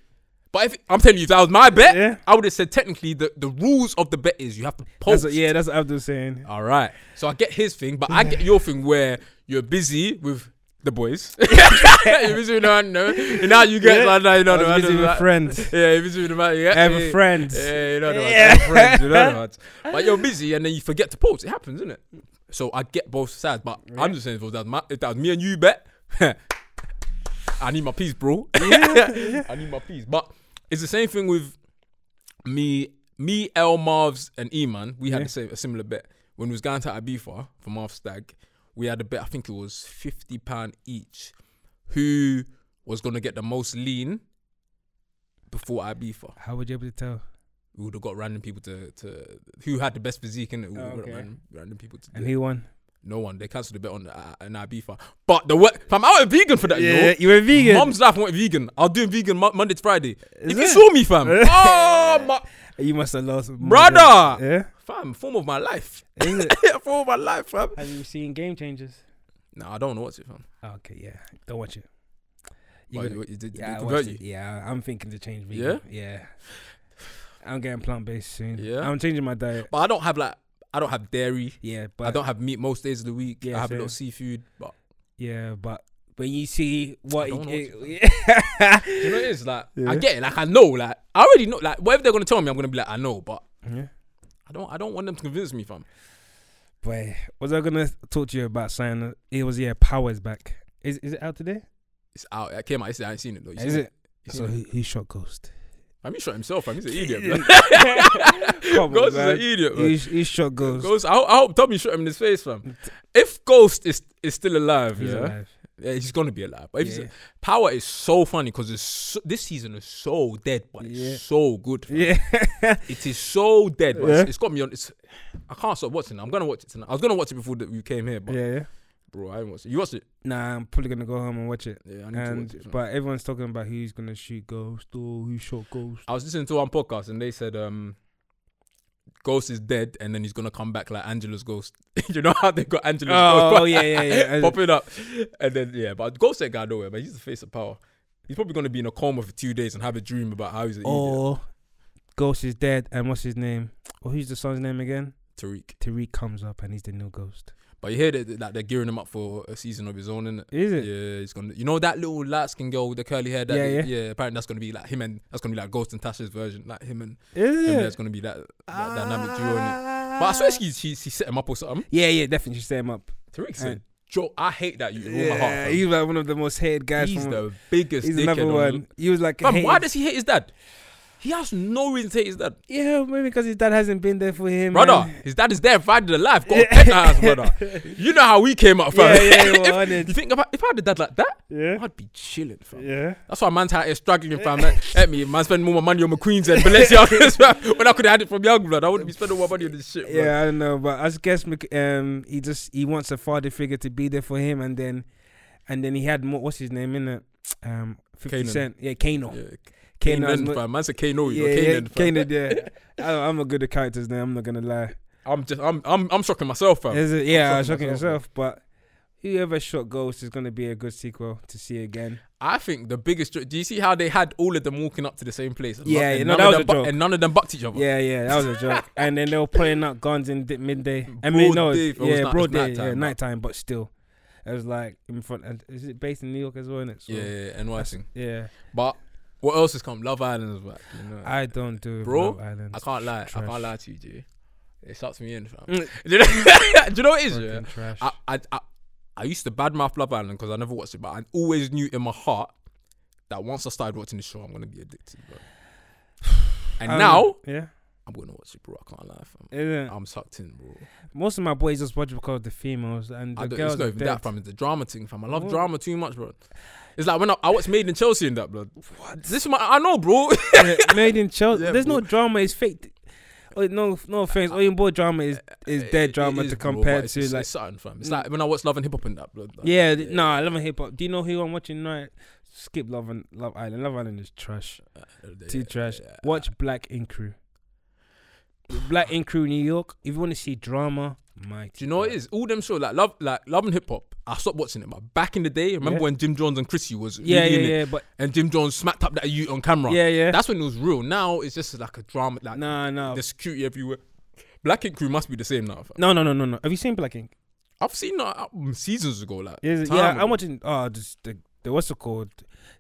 Speaker 2: but if I'm telling you, if that was my bet,
Speaker 3: Yeah.
Speaker 2: I would have said technically the, the rules of the bet is you have to
Speaker 3: That's
Speaker 2: post.
Speaker 3: what, yeah, that's what Abdul's saying.
Speaker 2: All right. So I get his thing, but I get your thing where you're busy with the boys. you're busy with no, no. And now you get
Speaker 3: Yeah.
Speaker 2: like, no, you
Speaker 3: I
Speaker 2: know,
Speaker 3: was
Speaker 2: the man,
Speaker 3: busy
Speaker 2: you know,
Speaker 3: with
Speaker 2: like-
Speaker 3: friends.
Speaker 2: Yeah, you're busy with the man. Yeah,
Speaker 3: I have
Speaker 2: yeah,
Speaker 3: friends.
Speaker 2: Yeah, you know the ones,
Speaker 3: Yeah.
Speaker 2: I have friends. You know the ones. But you're busy, and then you forget to post. It happens, isn't it? So I get both sides, but I'm just saying if that my, if that was me and you bet, I need my piece, bro. I need my piece. But it's the same thing with me, me, El Marv's and Eman. We had
Speaker 3: Yeah.
Speaker 2: the same a similar bet when we was going to Ibiza for Marv Stag. We had a bet. I think it was fifty pound each. Who was gonna get the most lean before Ibiza?
Speaker 3: How would you be able to tell?
Speaker 2: We would have got random people to, to who had the best physique and we
Speaker 3: Oh,
Speaker 2: would have
Speaker 3: okay.
Speaker 2: got random, random people to do.
Speaker 3: And
Speaker 2: it.
Speaker 3: he won.
Speaker 2: no one. They cancelled the bet on uh, an Ibiza. But the what? I'm out of vegan for that. you know?
Speaker 3: you were vegan.
Speaker 2: Mom's life went vegan. I'll do vegan Mo- Monday to Friday.
Speaker 3: Is
Speaker 2: if you
Speaker 3: it?
Speaker 2: saw me, fam. oh, my.
Speaker 3: you must have lost, more
Speaker 2: Brother!
Speaker 3: than- Yeah.
Speaker 2: Fam, form of my life.
Speaker 3: Is it?
Speaker 2: form of my life, fam.
Speaker 3: Have you seen Game Changers?
Speaker 2: No, I don't know what's it, fam.
Speaker 3: Okay, yeah. Don't watch it. You
Speaker 2: What,
Speaker 3: gotta-
Speaker 2: what, you did,
Speaker 3: yeah,
Speaker 2: they
Speaker 3: I
Speaker 2: convert
Speaker 3: watched it.
Speaker 2: you?
Speaker 3: yeah, I'm thinking to change vegan. Yeah, yeah. I'm getting plant based soon.
Speaker 2: Yeah.
Speaker 3: I'm changing my diet.
Speaker 2: But I don't have like, I don't have dairy.
Speaker 3: Yeah, but
Speaker 2: I don't have meat most days of the week.
Speaker 3: Yeah,
Speaker 2: I have a
Speaker 3: same.
Speaker 2: little seafood. But
Speaker 3: yeah, but when you see what,
Speaker 2: I don't
Speaker 3: it,
Speaker 2: wanna
Speaker 3: it-
Speaker 2: you know what it is? Like,
Speaker 3: Yeah.
Speaker 2: I get it. Like, I know. Like, I already know. Like, whatever they're going to tell me, I'm going to be like, I know. But
Speaker 3: yeah.
Speaker 2: I don't I don't want them to convince me, fam.
Speaker 3: But was I gonna talk to you about saying it was yeah powers back? Is is it out today?
Speaker 2: It's out. It came out yesterday. I ain't seen it, though. You
Speaker 3: Is
Speaker 2: seen
Speaker 3: it?
Speaker 2: You
Speaker 3: So
Speaker 2: seen
Speaker 3: he, he shot Ghost.
Speaker 2: I mean, he shot himself, fam. He's an idiot, bro.
Speaker 3: Come
Speaker 2: Ghost
Speaker 3: man.
Speaker 2: is an idiot, bro.
Speaker 3: He, he shot Ghost.
Speaker 2: Ghost, I hope, I hope Tommy shot him in his face, fam. If Ghost is is still alive,
Speaker 3: He's
Speaker 2: yeah,
Speaker 3: alive.
Speaker 2: yeah, he's gonna be alive. But if he's-
Speaker 3: Yeah.
Speaker 2: Power is so funny because so, this season is so dead, but
Speaker 3: Yeah.
Speaker 2: it's so good. fam.
Speaker 3: Yeah.
Speaker 2: It is so dead, but
Speaker 3: Yeah.
Speaker 2: it's, it's got me on. It's I can't stop watching. it. I'm gonna watch it tonight. I was gonna watch it before that you came here, but
Speaker 3: yeah, yeah.
Speaker 2: bro, I haven't watched it. You watched it?
Speaker 3: Nah, I'm probably gonna go home and watch it.
Speaker 2: Yeah, I need
Speaker 3: And
Speaker 2: to watch it. fam.
Speaker 3: but everyone's talking about who's gonna shoot Ghost or who shot Ghost.
Speaker 2: I was listening to one podcast and they said um Ghost is dead and then he's gonna come back like Angela's ghost. you know how they got Angela's ghost
Speaker 3: Oh, yeah, yeah, yeah.
Speaker 2: popping up. And then yeah, but Ghost ain't got nowhere, man. He's the face of power. He's probably gonna be in a coma for two days and have a dream about how he's an idiot.
Speaker 3: Or Ghost is dead, and what's his name? Or who's the son's name again?
Speaker 2: Tariq.
Speaker 3: Tariq comes up, and he's the new Ghost.
Speaker 2: But you hear that that they're gearing him up for a season of his own, innit?
Speaker 3: Is it?
Speaker 2: Yeah, he's gonna. You know that little light skinned girl with the curly hair. That
Speaker 3: Yeah, yeah.
Speaker 2: Apparently, that's gonna be like him and that's gonna be like Ghost and Tasha's version, like him and
Speaker 3: Is
Speaker 2: him.
Speaker 3: it?
Speaker 2: There's gonna be that, that dynamic duo. Innit? But I swear she, she she set him up or something.
Speaker 3: Yeah, yeah, definitely set him up.
Speaker 2: Tariq's
Speaker 3: And-
Speaker 2: a joke. I hate that you with all my heart.
Speaker 3: Yeah,
Speaker 2: Fam.
Speaker 3: he's like one of the most hated guys.
Speaker 2: he's
Speaker 3: from,
Speaker 2: the biggest.
Speaker 3: he's
Speaker 2: dickhead
Speaker 3: another
Speaker 2: on the-
Speaker 3: one. He was like,
Speaker 2: Fam, why
Speaker 3: hated-
Speaker 2: does he hate his dad? He has no reason to hate his dad,
Speaker 3: yeah, maybe because his dad hasn't been there for him.
Speaker 2: brother.
Speaker 3: man.
Speaker 2: His dad is there, fighting the life. Go and peck that ass, brother. You know how we came up, fam.
Speaker 3: Yeah, yeah, we're
Speaker 2: If-
Speaker 3: on it.
Speaker 2: you think about if I had a dad like that,
Speaker 3: Yeah,
Speaker 2: I'd be chilling, fam.
Speaker 3: yeah.
Speaker 2: That's why man's out here struggling, fam. Like, At me, man, spend more money on McQueen's and Balenciagas, fam. When I could have had it from young blood, I wouldn't be spending more money on this shit, bro.
Speaker 3: Yeah, I don't know, but I guess Mc- um, he just he wants a father figure to be there for him, and then and then he had more. What's his name in it? Um, Fifty
Speaker 2: Kanan.
Speaker 3: Cent. Yeah, Kano.
Speaker 2: Yeah.
Speaker 3: Kano.
Speaker 2: Kanan,
Speaker 3: Kano
Speaker 2: fam. Man's a Kano, you
Speaker 3: yeah,
Speaker 2: know.
Speaker 3: yeah,
Speaker 2: Kanan, fam.
Speaker 3: Kanan, yeah. I don't, I'm not good at characters now. I'm not gonna lie.
Speaker 2: I'm just, I'm, I'm, Oh, I'm shocking myself, fam.
Speaker 3: Is it? Yeah, I was
Speaker 2: shocking
Speaker 3: shocking
Speaker 2: myself,
Speaker 3: yourself, but. Whoever shot Ghost is gonna be a good sequel to see again.
Speaker 2: I think the biggest. joke- Do you see how they had all of them walking up to the same place? And
Speaker 3: Yeah,
Speaker 2: none-
Speaker 3: yeah,
Speaker 2: and
Speaker 3: no,
Speaker 2: none
Speaker 3: that
Speaker 2: of
Speaker 3: was
Speaker 2: them
Speaker 3: a
Speaker 2: bu-
Speaker 3: joke.
Speaker 2: And none of them bucked each other.
Speaker 3: Yeah, yeah, that was a joke. and then they were pulling out guns in di- midday. I mean,
Speaker 2: Broad
Speaker 3: no,
Speaker 2: day, bro, it's
Speaker 3: yeah,
Speaker 2: not-
Speaker 3: broad
Speaker 2: it's
Speaker 3: day,
Speaker 2: nighttime,
Speaker 3: yeah,
Speaker 2: but-
Speaker 3: nighttime, but still, it was like in front. And is it based in New York as well? Innit? So,
Speaker 2: yeah, yeah, yeah NY thing.
Speaker 3: yeah.
Speaker 2: But what else has come? Love Island is back. You know, I,
Speaker 3: I don't do
Speaker 2: Bro,
Speaker 3: Love Island.
Speaker 2: can't lie. I
Speaker 3: Ah, trash.
Speaker 2: can't lie to you, G. It sucks me in, fam. do,
Speaker 3: Mm.
Speaker 2: you know, do you know what it Uh, is?
Speaker 3: Fucking
Speaker 2: Yeah?
Speaker 3: trash.
Speaker 2: I, I, I, I used to badmouth Love Island because I never watched it, but I always knew in my heart that once I started watching the show, I'm gonna be addicted, bro. And
Speaker 3: Um,
Speaker 2: now Oh.
Speaker 3: yeah,
Speaker 2: I'm gonna watch it, bro. I can't lie, fam.
Speaker 3: isn't it?
Speaker 2: I'm sucked in, bro.
Speaker 3: most of my boys just watch because of the females and the
Speaker 2: I don't,
Speaker 3: girls.
Speaker 2: it's not
Speaker 3: are
Speaker 2: even
Speaker 3: dead.
Speaker 2: that, fam. It's the drama thing, fam. I love
Speaker 3: What?
Speaker 2: drama too much, bro. It's like when I, I watched Made in Chelsea in that, bro. What? This is my, I know, bro.
Speaker 3: Yeah, Made in Chelsea.
Speaker 2: Yeah,
Speaker 3: There's
Speaker 2: bro.
Speaker 3: no drama. It's fake. Oh, no, no offense. Oyinbo drama is is
Speaker 2: It-
Speaker 3: their
Speaker 2: it
Speaker 3: drama
Speaker 2: is,
Speaker 3: to
Speaker 2: bro, but
Speaker 3: compare
Speaker 2: it's
Speaker 3: to
Speaker 2: just-
Speaker 3: like. Mm.
Speaker 2: it's something, fam. It's like when I watched Love and Hip Hop in that, bro. like-
Speaker 3: yeah, th- no, I love and hip hop. Do you know who I'm watching right? Skip Love and Love Island. Love Island is trash.
Speaker 2: Uh, yeah,
Speaker 3: Too trash.
Speaker 2: yeah.
Speaker 3: Watch Black Ink Crew. Black Ink Crew New York. If you want to see drama, Mighty.
Speaker 2: Do you know what it is? All them shows like love, like love and hip hop. I stopped watching it, but back in the day, remember
Speaker 3: Yeah.
Speaker 2: when Jim Jones and Chrissy was
Speaker 3: Yeah,
Speaker 2: really
Speaker 3: yeah,
Speaker 2: in it?
Speaker 3: yeah. But
Speaker 2: and Jim Jones smacked up that you on camera.
Speaker 3: yeah, yeah.
Speaker 2: That's when it was real. Now it's just like a drama, like
Speaker 3: no, no,
Speaker 2: there's security everywhere. Black Ink Crew must be the same now. fam.
Speaker 3: no, no, no, no, no. Have you seen Black Ink?
Speaker 2: I've seen that um, seasons ago, like
Speaker 3: Is it-
Speaker 2: time
Speaker 3: yeah,
Speaker 2: ago.
Speaker 3: I'm watching. Oh, just the the what's it called?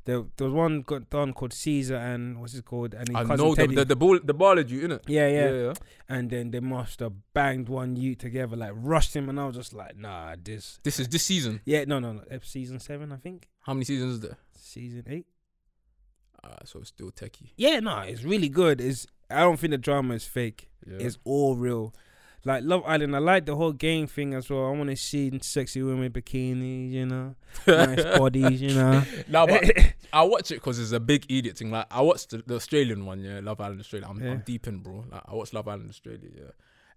Speaker 3: There, there was one got done called Caesar and what's it called? And his
Speaker 2: I
Speaker 3: cousin
Speaker 2: know the
Speaker 3: Teddy.
Speaker 2: the the, ball, the ball at you, innit?
Speaker 3: yeah, yeah,
Speaker 2: yeah.
Speaker 3: And then they must have banged one you together, like rushed him, and I was just like, nah, this.
Speaker 2: This is this season.
Speaker 3: Yeah, no, no, no. Ep- Season seven, I think.
Speaker 2: How many seasons is there?
Speaker 3: Season eight.
Speaker 2: Uh, so it's still techie.
Speaker 3: Yeah, no, it's really good. It's I don't think the drama is fake.
Speaker 2: Yeah.
Speaker 3: It's all real. Like Love Island, I like the whole game thing as well. I want to see sexy women bikinis, you know, nice bodies, you know.
Speaker 2: Nah, but I watch it because it's a big idiot thing. Like I watched the, the Australian one, yeah, Love Island Australia. I'm, I'm
Speaker 3: Yeah.
Speaker 2: deep in, bro. Like I watched Love Island Australia, yeah,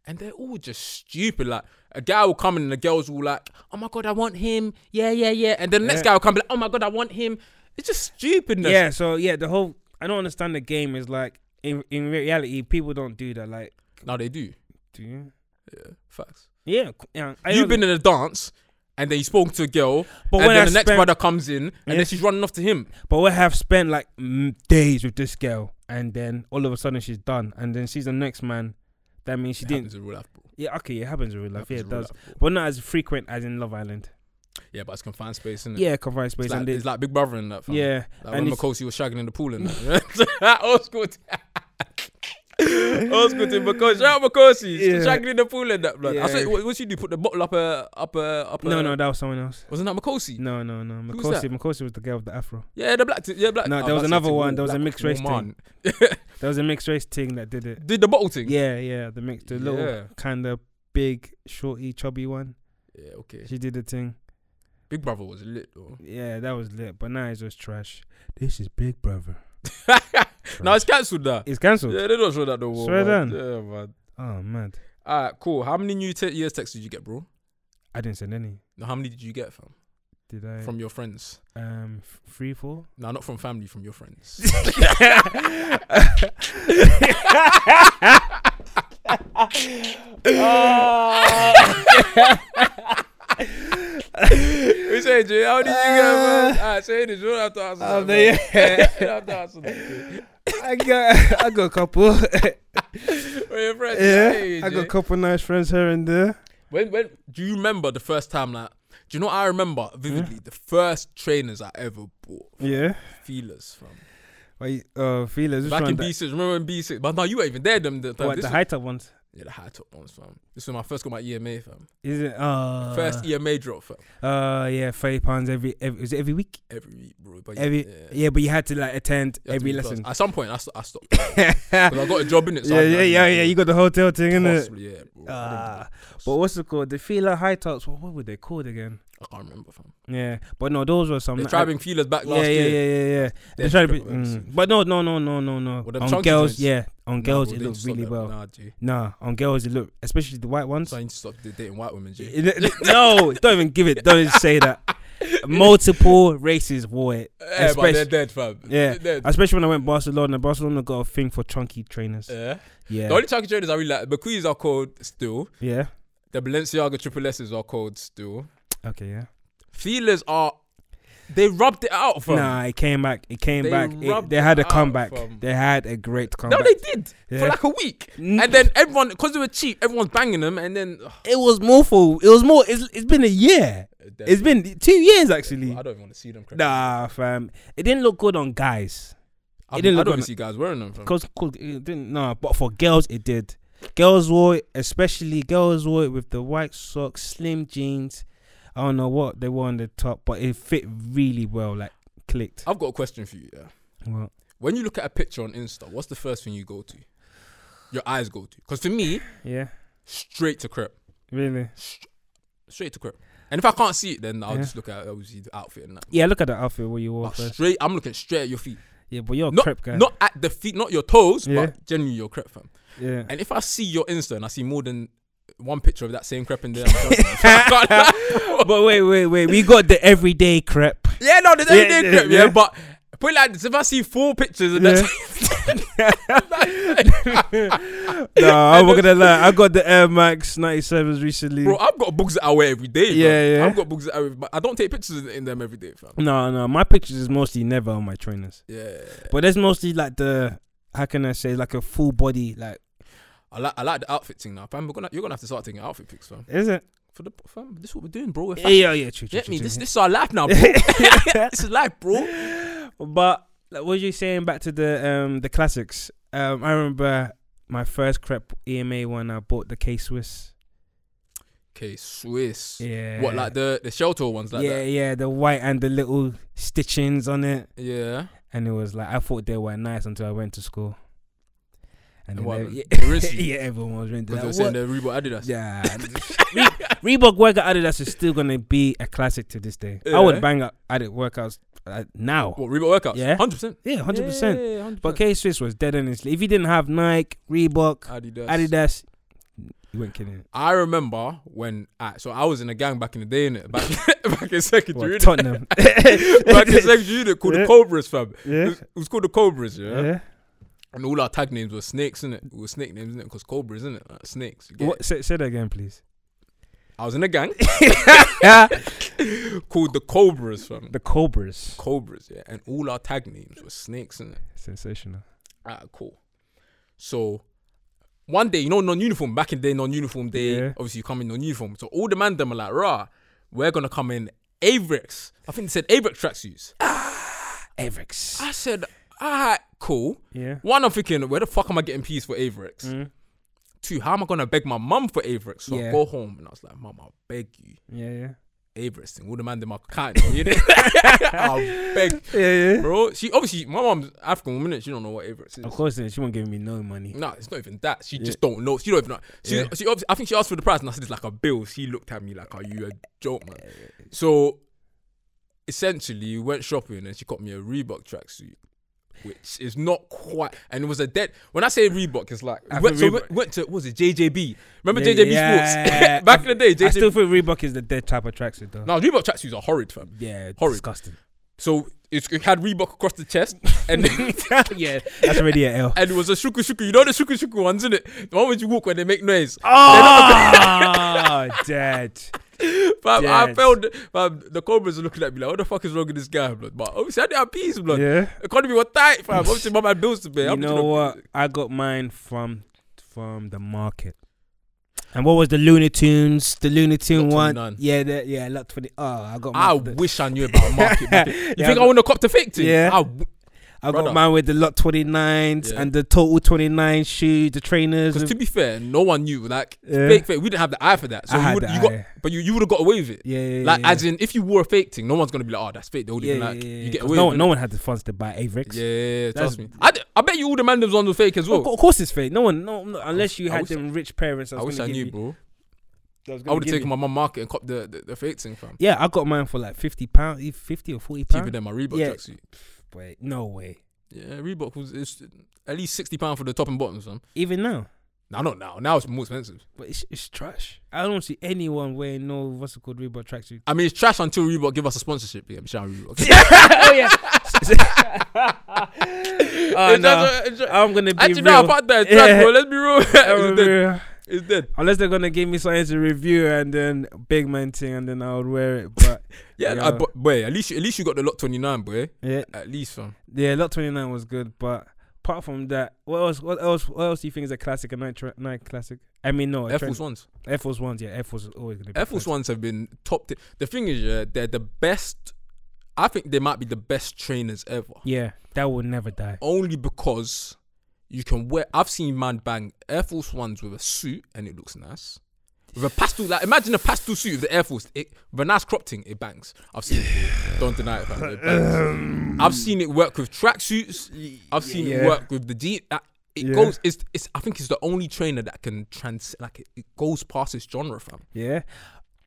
Speaker 2: and they're all just stupid. Like a guy will come in and the girls will like, oh my god, I want him, yeah, yeah, yeah, and then the next
Speaker 3: Yeah.
Speaker 2: guy will come like, oh my god, I want him. It's just stupidness.
Speaker 3: yeah, so yeah, the whole I don't understand the game is like in in reality people don't do that. Like,
Speaker 2: Now they do.
Speaker 3: do you?
Speaker 2: Yeah, facts.
Speaker 3: Yeah, c- yeah. I
Speaker 2: You've
Speaker 3: don't-
Speaker 2: been in a dance. And then you spoke to a girl,
Speaker 3: but
Speaker 2: and
Speaker 3: when
Speaker 2: then
Speaker 3: I
Speaker 2: the next
Speaker 3: spent-
Speaker 2: brother comes in, and
Speaker 3: Yeah.
Speaker 2: then she's running off to him.
Speaker 3: But we have spent like m- days with this girl, and then all of a sudden she's done, and then she's the next man. That means she
Speaker 2: It
Speaker 3: didn't.
Speaker 2: happens in real life, bro.
Speaker 3: Yeah, okay, it happens in real life.
Speaker 2: Happens
Speaker 3: Yeah,
Speaker 2: in
Speaker 3: it
Speaker 2: real
Speaker 3: does,
Speaker 2: life, bro.
Speaker 3: but not as frequent as in Love Island.
Speaker 2: Yeah, but it's confined space, isn't it?
Speaker 3: Yeah, confined space.
Speaker 2: Mm. it's like,
Speaker 3: and they-
Speaker 2: it's like Big Brother in that. Fam.
Speaker 3: yeah,
Speaker 2: Like
Speaker 3: and
Speaker 2: when
Speaker 3: it's-
Speaker 2: Makosi was shagging in the pool and that. Old school. t- Old school team Makosi. Shout out Makosi. She's
Speaker 3: Yeah.
Speaker 2: Shagging in the pool and that, blood. I said,
Speaker 3: Yeah.
Speaker 2: what, what she do? Put the bottle up a, up a, up a.
Speaker 3: no, no, that was someone else.
Speaker 2: Wasn't that Makosi?
Speaker 3: No, no, no.
Speaker 2: uh, Who's that?
Speaker 3: Makosi, Makosi was the girl with the afro.
Speaker 2: Yeah, the black. T- yeah, black.
Speaker 3: No,
Speaker 2: I
Speaker 3: there
Speaker 2: about to
Speaker 3: was
Speaker 2: say
Speaker 3: another
Speaker 2: Timor,
Speaker 3: one. There was a
Speaker 2: black
Speaker 3: mixed race
Speaker 2: Timor man.
Speaker 3: There was a mixed race thing that did it.
Speaker 2: Did the bottle thing?
Speaker 3: Yeah, yeah, the mixed, the
Speaker 2: Yeah.
Speaker 3: little kind of big, shorty, chubby one.
Speaker 2: Yeah, okay.
Speaker 3: She did the thing.
Speaker 2: Big Brother was lit though.
Speaker 3: Yeah, that was lit. But now it's just trash. This is Big Brother.
Speaker 2: now it's cancelled that.
Speaker 3: It's cancelled.
Speaker 2: Yeah, they don't show that no more.
Speaker 3: Swear
Speaker 2: man.
Speaker 3: down.
Speaker 2: Yeah, man.
Speaker 3: Oh man,
Speaker 2: Alright, cool. How many new te- years texts did you get, bro?
Speaker 3: I didn't send any.
Speaker 2: No, how many did you get, fam?
Speaker 3: Did I?
Speaker 2: From your friends?
Speaker 3: um, f- three, four.
Speaker 2: No, not from family, from your friends. We say, Jay, how did you get, man? Ah, say this. You don't have to answer
Speaker 3: Uh,
Speaker 2: that,
Speaker 3: they-
Speaker 2: man. You don't have to answer that.
Speaker 3: I got, I got a couple.
Speaker 2: From your friends.
Speaker 3: yeah,
Speaker 2: hey,
Speaker 3: I got
Speaker 2: Jay.
Speaker 3: a couple nice friends here and there.
Speaker 2: When when do you remember the first time like do you know what I remember vividly
Speaker 3: Hmm?
Speaker 2: the first trainers I ever bought
Speaker 3: Yeah.
Speaker 2: feelers from
Speaker 3: Wait, uh, feelers. Which
Speaker 2: back
Speaker 3: one
Speaker 2: in
Speaker 3: that-
Speaker 2: B6 remember in B6 but no you weren't even there them the, time.
Speaker 3: what
Speaker 2: this
Speaker 3: the
Speaker 2: was-
Speaker 3: high top ones?
Speaker 2: yeah the high top ones fam this was my first got my EMA fam
Speaker 3: Is it? Uh,
Speaker 2: first EMA drop fam
Speaker 3: Uh, yeah, thirty pounds every. every is it every week?
Speaker 2: every week bro but
Speaker 3: Every. Yeah.
Speaker 2: yeah.
Speaker 3: but you had to like attend
Speaker 2: You have to
Speaker 3: every
Speaker 2: be in class.
Speaker 3: lesson.
Speaker 2: at some point I, st- I stopped
Speaker 3: yeah, yeah,
Speaker 2: 'cause I got a job in it so I-
Speaker 3: yeah,
Speaker 2: I-
Speaker 3: yeah, You got the hotel thing in it.
Speaker 2: possibly yeah bro. I,
Speaker 3: Ah,
Speaker 2: didn't do that.
Speaker 3: but what's it called? The feeler high tops. What, what were they called again?
Speaker 2: I can't remember fam
Speaker 3: Yeah, but no, those were some.
Speaker 2: they're driving feelers back
Speaker 3: yeah,
Speaker 2: last
Speaker 3: yeah,
Speaker 2: year
Speaker 3: yeah, yeah, yeah. They
Speaker 2: Dead
Speaker 3: try to be,
Speaker 2: drop I've ever seen.
Speaker 3: mm. but no, no, no, no, no, no.
Speaker 2: Well, them
Speaker 3: on
Speaker 2: chunky
Speaker 3: girls,
Speaker 2: joints.
Speaker 3: yeah, on
Speaker 2: Nah,
Speaker 3: girls
Speaker 2: bro,
Speaker 3: it
Speaker 2: they
Speaker 3: looks
Speaker 2: just stopped
Speaker 3: really
Speaker 2: that.
Speaker 3: well.
Speaker 2: nah G
Speaker 3: Nah, on girls it look, especially the white ones.
Speaker 2: so I need to stop d- dating white women G
Speaker 3: It- it- no, don't even give it. Don't even say that. Multiple races wore it,
Speaker 2: Yeah, but they're
Speaker 3: Especially-
Speaker 2: dead, fam.
Speaker 3: Yeah.
Speaker 2: They're dead.
Speaker 3: especially when I went Barcelona. Barcelona got a thing for chunky trainers.
Speaker 2: Yeah.
Speaker 3: Yeah,
Speaker 2: The only chunky trainers I really like, Bequees are called still.
Speaker 3: yeah.
Speaker 2: The Balenciaga triple S's are called still.
Speaker 3: Okay, yeah.
Speaker 2: Feelers are, they rubbed it out, fam.
Speaker 3: Nah, it came back. It came
Speaker 2: They
Speaker 3: back. It-
Speaker 2: rubbed
Speaker 3: they had
Speaker 2: it
Speaker 3: a
Speaker 2: out,
Speaker 3: comeback.
Speaker 2: fam.
Speaker 3: They had a great
Speaker 2: no,
Speaker 3: comeback.
Speaker 2: they did
Speaker 3: Yeah.
Speaker 2: for like a week,
Speaker 3: N-
Speaker 2: and then everyone, because they were cheap, everyone's banging them, and then ugh,
Speaker 3: it was awful. It was more. It's, it's been a year.
Speaker 2: they're dead,
Speaker 3: It's
Speaker 2: fam.
Speaker 3: been two years
Speaker 2: Well,
Speaker 3: actually.
Speaker 2: I don't even want to see them. crap.
Speaker 3: Nah, fam. It didn't look good on guys.
Speaker 2: I,
Speaker 3: it didn't
Speaker 2: I
Speaker 3: look
Speaker 2: don't
Speaker 3: on-
Speaker 2: even see guys wearing them. Fam.
Speaker 3: Cause, 'cause it didn't. Nah, but for girls it did. Girls wore it, especially girls wore it with the white socks, slim jeans. I don't know what they wore on the top, but it fit really well. Like clicked.
Speaker 2: I've got a question for you. Yeah.
Speaker 3: Well,
Speaker 2: When you look at a picture on Insta, what's the first thing you go to? Your eyes go to. Because for me,
Speaker 3: yeah.
Speaker 2: straight to crap.
Speaker 3: Really.
Speaker 2: straight to crib. And if I can't see it, then I'll
Speaker 3: Yeah.
Speaker 2: just look at obviously the outfit and that.
Speaker 3: Yeah. Look at the outfit what you wore
Speaker 2: But
Speaker 3: first.
Speaker 2: straight, I'm looking straight at your feet.
Speaker 3: Yeah, but you're a
Speaker 2: not,
Speaker 3: crep guy.
Speaker 2: not at the feet, not your toes,
Speaker 3: Yeah.
Speaker 2: but generally your crep, fam.
Speaker 3: yeah.
Speaker 2: And if I see your Insta and I see more than one picture of that same crep in there, I'm done, fam. I can't-
Speaker 3: But wait, wait, wait. We got the everyday crep.
Speaker 2: yeah, no, there's everyday
Speaker 3: Yeah,
Speaker 2: crep, yeah,
Speaker 3: yeah.
Speaker 2: But put it like this: if I see four pictures, and
Speaker 3: Yeah.
Speaker 2: that's
Speaker 3: no, I'm not gonna lie. I got the Air Max 97s recently.
Speaker 2: Bro, I've got books that I wear every day. bro.
Speaker 3: Yeah, yeah.
Speaker 2: I've got books that I wear, but I don't take pictures in- in them every day, fam.
Speaker 3: No, no, my pictures is mostly never on my trainers,
Speaker 2: Yeah.
Speaker 3: but there's mostly like the how can I say like a full body like
Speaker 2: I like I like the outfit thing now, fam. We're gonna, you're gonna have to start taking outfit pics, fam.
Speaker 3: is it?
Speaker 2: For the fam, this is what we're doing, bro. We're
Speaker 3: Yeah,
Speaker 2: fam-
Speaker 3: yeah, yeah. True, true,
Speaker 2: Get
Speaker 3: true,
Speaker 2: me.
Speaker 3: true,
Speaker 2: This
Speaker 3: true.
Speaker 2: this is our life now, bro. this is life, bro.
Speaker 3: But like, what you saying back to the um the classics? Um, I remember my first crep E EMA one. I bought the K Swiss.
Speaker 2: Okay, Swiss.
Speaker 3: Yeah.
Speaker 2: What like the the shelter ones like
Speaker 3: yeah,
Speaker 2: that?
Speaker 3: yeah, the white and the little stitchings on it,
Speaker 2: Yeah.
Speaker 3: and it was like I thought they were nice until I went to school. And,
Speaker 2: And
Speaker 3: then
Speaker 2: what,
Speaker 3: ev-
Speaker 2: they rinsed you?
Speaker 3: yeah, everyone was rented.
Speaker 2: Because
Speaker 3: Like,
Speaker 2: they were
Speaker 3: what?
Speaker 2: saying the Reebok Adidas.
Speaker 3: Yeah, Re- Reebok workout Adidas is still gonna be a classic to this day. I
Speaker 2: Yeah.
Speaker 3: would bang up Adidas workouts uh, now.
Speaker 2: What Reebok workouts?
Speaker 3: Yeah.
Speaker 2: hundred percent.
Speaker 3: Yeah, hundred percent.
Speaker 2: Yeah, 100%.
Speaker 3: But K Swiss was dead on his. If you didn't have Nike, Reebok,
Speaker 2: Adidas.
Speaker 3: Adidas, you weren't kidding.
Speaker 2: I remember when I so I was in a gang back in the day, innit? Back back in secondary.
Speaker 3: What,
Speaker 2: innit?
Speaker 3: Tottenham.
Speaker 2: back in secondary unit called the
Speaker 3: Yeah.
Speaker 2: Cobras, fam. It
Speaker 3: yeah.
Speaker 2: was, it was called the Cobras, yeah?
Speaker 3: yeah.
Speaker 2: And all our tag names were snakes, innit? It was snake names, innit? Because Cobras, innit? Like snakes. you get it?
Speaker 3: What, say, say that again, please.
Speaker 2: I was in a gang
Speaker 3: Yeah.
Speaker 2: called the Cobras, fam.
Speaker 3: The Cobras.
Speaker 2: Cobras, yeah? And all our tag names were snakes, innit?
Speaker 3: Sensational.
Speaker 2: Alright, Ah, cool. So one day, you know, non-uniform. Back in the day, non-uniform day.
Speaker 3: Yeah.
Speaker 2: Obviously, you come in non-uniform. So all the man them are like, "Rah, we're gonna come in Avrex." I think they said Avrex tracksuits.
Speaker 3: Avex.
Speaker 2: I said, "Alright, cool."
Speaker 3: Yeah.
Speaker 2: One, I'm thinking, where the fuck am I getting peas for Avrex?
Speaker 3: Mm.
Speaker 2: Two, how am I gonna beg my mum for Avrex? So I
Speaker 3: Yeah.
Speaker 2: go home and I was like, "Mum, I'll beg you."
Speaker 3: Yeah, yeah.
Speaker 2: Avrex thing. All the man them are kind. You know? I'll beg,
Speaker 3: Yeah, yeah.
Speaker 2: bro. She obviously, my mum's African woman. innit? She don't know what Avrex is.
Speaker 3: Of course, then she won't give me no money.
Speaker 2: No, it's not even that. She
Speaker 3: Yeah.
Speaker 2: just don't know. She don't even know. She,
Speaker 3: Yeah.
Speaker 2: she obviously, I think she asked for the price and I said it's like a bill. She looked at me like, "Are you a joke, man?" So essentially, we went shopping and she got me a Reebok tracksuit, which is not quite. And it was a dead. When I say Reebok, it's like
Speaker 3: I
Speaker 2: went, so
Speaker 3: think
Speaker 2: went,
Speaker 3: Reebok-
Speaker 2: went to what was it JJB? Remember
Speaker 3: Yeah,
Speaker 2: JJB
Speaker 3: yeah,
Speaker 2: Sports
Speaker 3: yeah.
Speaker 2: back in the day? JJB.
Speaker 3: I still feel Reebok is the dead type of tracksuit, though.
Speaker 2: now Reebok tracksuits are horrid, fam.
Speaker 3: Yeah,
Speaker 2: Horrid.
Speaker 3: disgusting.
Speaker 2: So it's, it had Reebok across the chest, and yeah,
Speaker 3: That's already an L.
Speaker 2: and it was a shuku shuku. You know the shuku shuku ones, is it? The one where you walk when they make noise.
Speaker 3: Ah! Oh, dead.
Speaker 2: Fam, I
Speaker 3: Dead.
Speaker 2: felt fam, the Cobras were looking at me like, what the fuck is wrong with this guy, blood? But obviously, I didn't have peace, blood.
Speaker 3: Yeah.
Speaker 2: Economy was tight, fam. Obviously, my man bills to pay.
Speaker 3: You
Speaker 2: I'm just
Speaker 3: know
Speaker 2: gonna-
Speaker 3: what? I got mine from from the market. And what was the Looney Tunes? The Looney Tune
Speaker 2: Lot
Speaker 3: one.
Speaker 2: 29.
Speaker 3: Yeah, the, yeah, lot twenty. Oh, I got. Mine
Speaker 2: I
Speaker 3: with the-
Speaker 2: wish I knew about market. market. You
Speaker 3: Yeah,
Speaker 2: think I
Speaker 3: I got,
Speaker 2: want to cop to fake thing?
Speaker 3: Yeah.
Speaker 2: I w-
Speaker 3: I
Speaker 2: brother.
Speaker 3: got mine with the lot twenty nines
Speaker 2: Yeah.
Speaker 3: and the total twenty nine shoes, the trainers.
Speaker 2: Because
Speaker 3: with-
Speaker 2: to be fair, no one knew. Like,
Speaker 3: Yeah.
Speaker 2: fake, fake. We didn't have the eye for that. So
Speaker 3: I
Speaker 2: you,
Speaker 3: had
Speaker 2: would,
Speaker 3: the
Speaker 2: you got,
Speaker 3: eye.
Speaker 2: but you, you would have got away with it.
Speaker 3: Yeah, yeah,
Speaker 2: like,
Speaker 3: yeah,
Speaker 2: as in, if you wore a fake thing, no one's gonna be like, oh, that's fake. They would
Speaker 3: yeah,
Speaker 2: have been
Speaker 3: yeah,
Speaker 2: like,
Speaker 3: yeah, yeah,
Speaker 2: you get
Speaker 3: 'cause
Speaker 2: away.
Speaker 3: No,
Speaker 2: with
Speaker 3: no
Speaker 2: it.
Speaker 3: one had the funds to buy Avrix.
Speaker 2: Yeah,
Speaker 3: That's-
Speaker 2: trust me. I, d- I bet you all the man on the fake as
Speaker 3: Of
Speaker 2: well.
Speaker 3: cou- of course, it's fake. No one, no, no unless you
Speaker 2: I
Speaker 3: had
Speaker 2: wish-
Speaker 3: them rich parents.
Speaker 2: I wish I knew, bro.
Speaker 3: bro.
Speaker 2: I would have taken my mum market and copped the, the, the fake thing, fam.
Speaker 3: Yeah, I got mine for like fifty pounds, fifty or forty
Speaker 2: Cheaper
Speaker 3: pounds.
Speaker 2: than my Reebok
Speaker 3: Yeah.
Speaker 2: tracksuit.
Speaker 3: Wait, no way.
Speaker 2: Yeah, Reebok was it's at least sixty pound for the top and bottom, fam.
Speaker 3: Even now.
Speaker 2: Now not now. Now it's more expensive.
Speaker 3: But it's, it's trash. I don't see anyone wearing no what's it called Reebok tracksuit.
Speaker 2: I mean, it's trash until Reebok give us a sponsorship. Yeah, I'm shouting Reebok.
Speaker 3: oh yeah. oh
Speaker 2: It's
Speaker 3: no.
Speaker 2: just- it's just-
Speaker 3: Ah, I'm gonna be
Speaker 2: Actually,
Speaker 3: real.
Speaker 2: no, apart that, it's trash,
Speaker 3: Yeah.
Speaker 2: bro. Let's be real.
Speaker 3: I'm
Speaker 2: it's,
Speaker 3: gonna be
Speaker 2: dead.
Speaker 3: real.
Speaker 2: it's dead.
Speaker 3: Unless they're gonna give me something to review and then big man thing and then I would wear it. But
Speaker 2: Yeah,
Speaker 3: Yeah.
Speaker 2: I, but boy, at least you- at least you got the lot twenty nine, boy.
Speaker 3: yeah,
Speaker 2: At least, fam.
Speaker 3: yeah, lot twenty nine was good. But apart from that, what else? What else? What else do you think is a classic? A night tra- night classic? I mean, no, a
Speaker 2: F
Speaker 3: trend-
Speaker 2: Force ones.
Speaker 3: Air Force ones. Yeah, Air Force is always gonna be.
Speaker 2: Air Force
Speaker 3: classic.
Speaker 2: ones have been top. T- the thing is, yeah, they're the best. I think they might be the best trainers ever.
Speaker 3: Yeah, that will never die.
Speaker 2: only because you can wear. I've seen man bang Air Force Ones with a suit and it looks nice. With a pastel, like imagine a pastel suit with the Air Force, it, with a nice crop thing, it bangs. I've seen it. Don't deny it, fam. It
Speaker 3: Um,
Speaker 2: bangs. I've seen it work with tracksuits. I've seen it
Speaker 3: Yeah.
Speaker 2: work with the G. That, it
Speaker 3: Yeah.
Speaker 2: goes. It's, it's. I think it's the only trainer that can trans. Like it, it goes past its genre, fam.
Speaker 3: Yeah.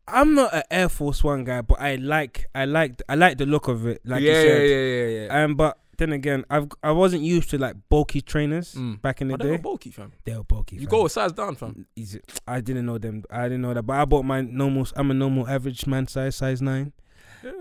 Speaker 3: I'm not an Air Force One guy, but I like I like I like the look of it. Like
Speaker 2: yeah,
Speaker 3: you said.
Speaker 2: yeah, yeah, yeah, yeah.
Speaker 3: Um, but then again, I've I wasn't used to like bulky trainers
Speaker 2: Mm.
Speaker 3: back in the
Speaker 2: But they're
Speaker 3: day.
Speaker 2: not bulky, fam.
Speaker 3: they were bulky.
Speaker 2: You
Speaker 3: fam.
Speaker 2: go a size down, fam.
Speaker 3: Is it- I didn't know them. I didn't know that. But I bought my normal. I'm a normal average man size, size nine.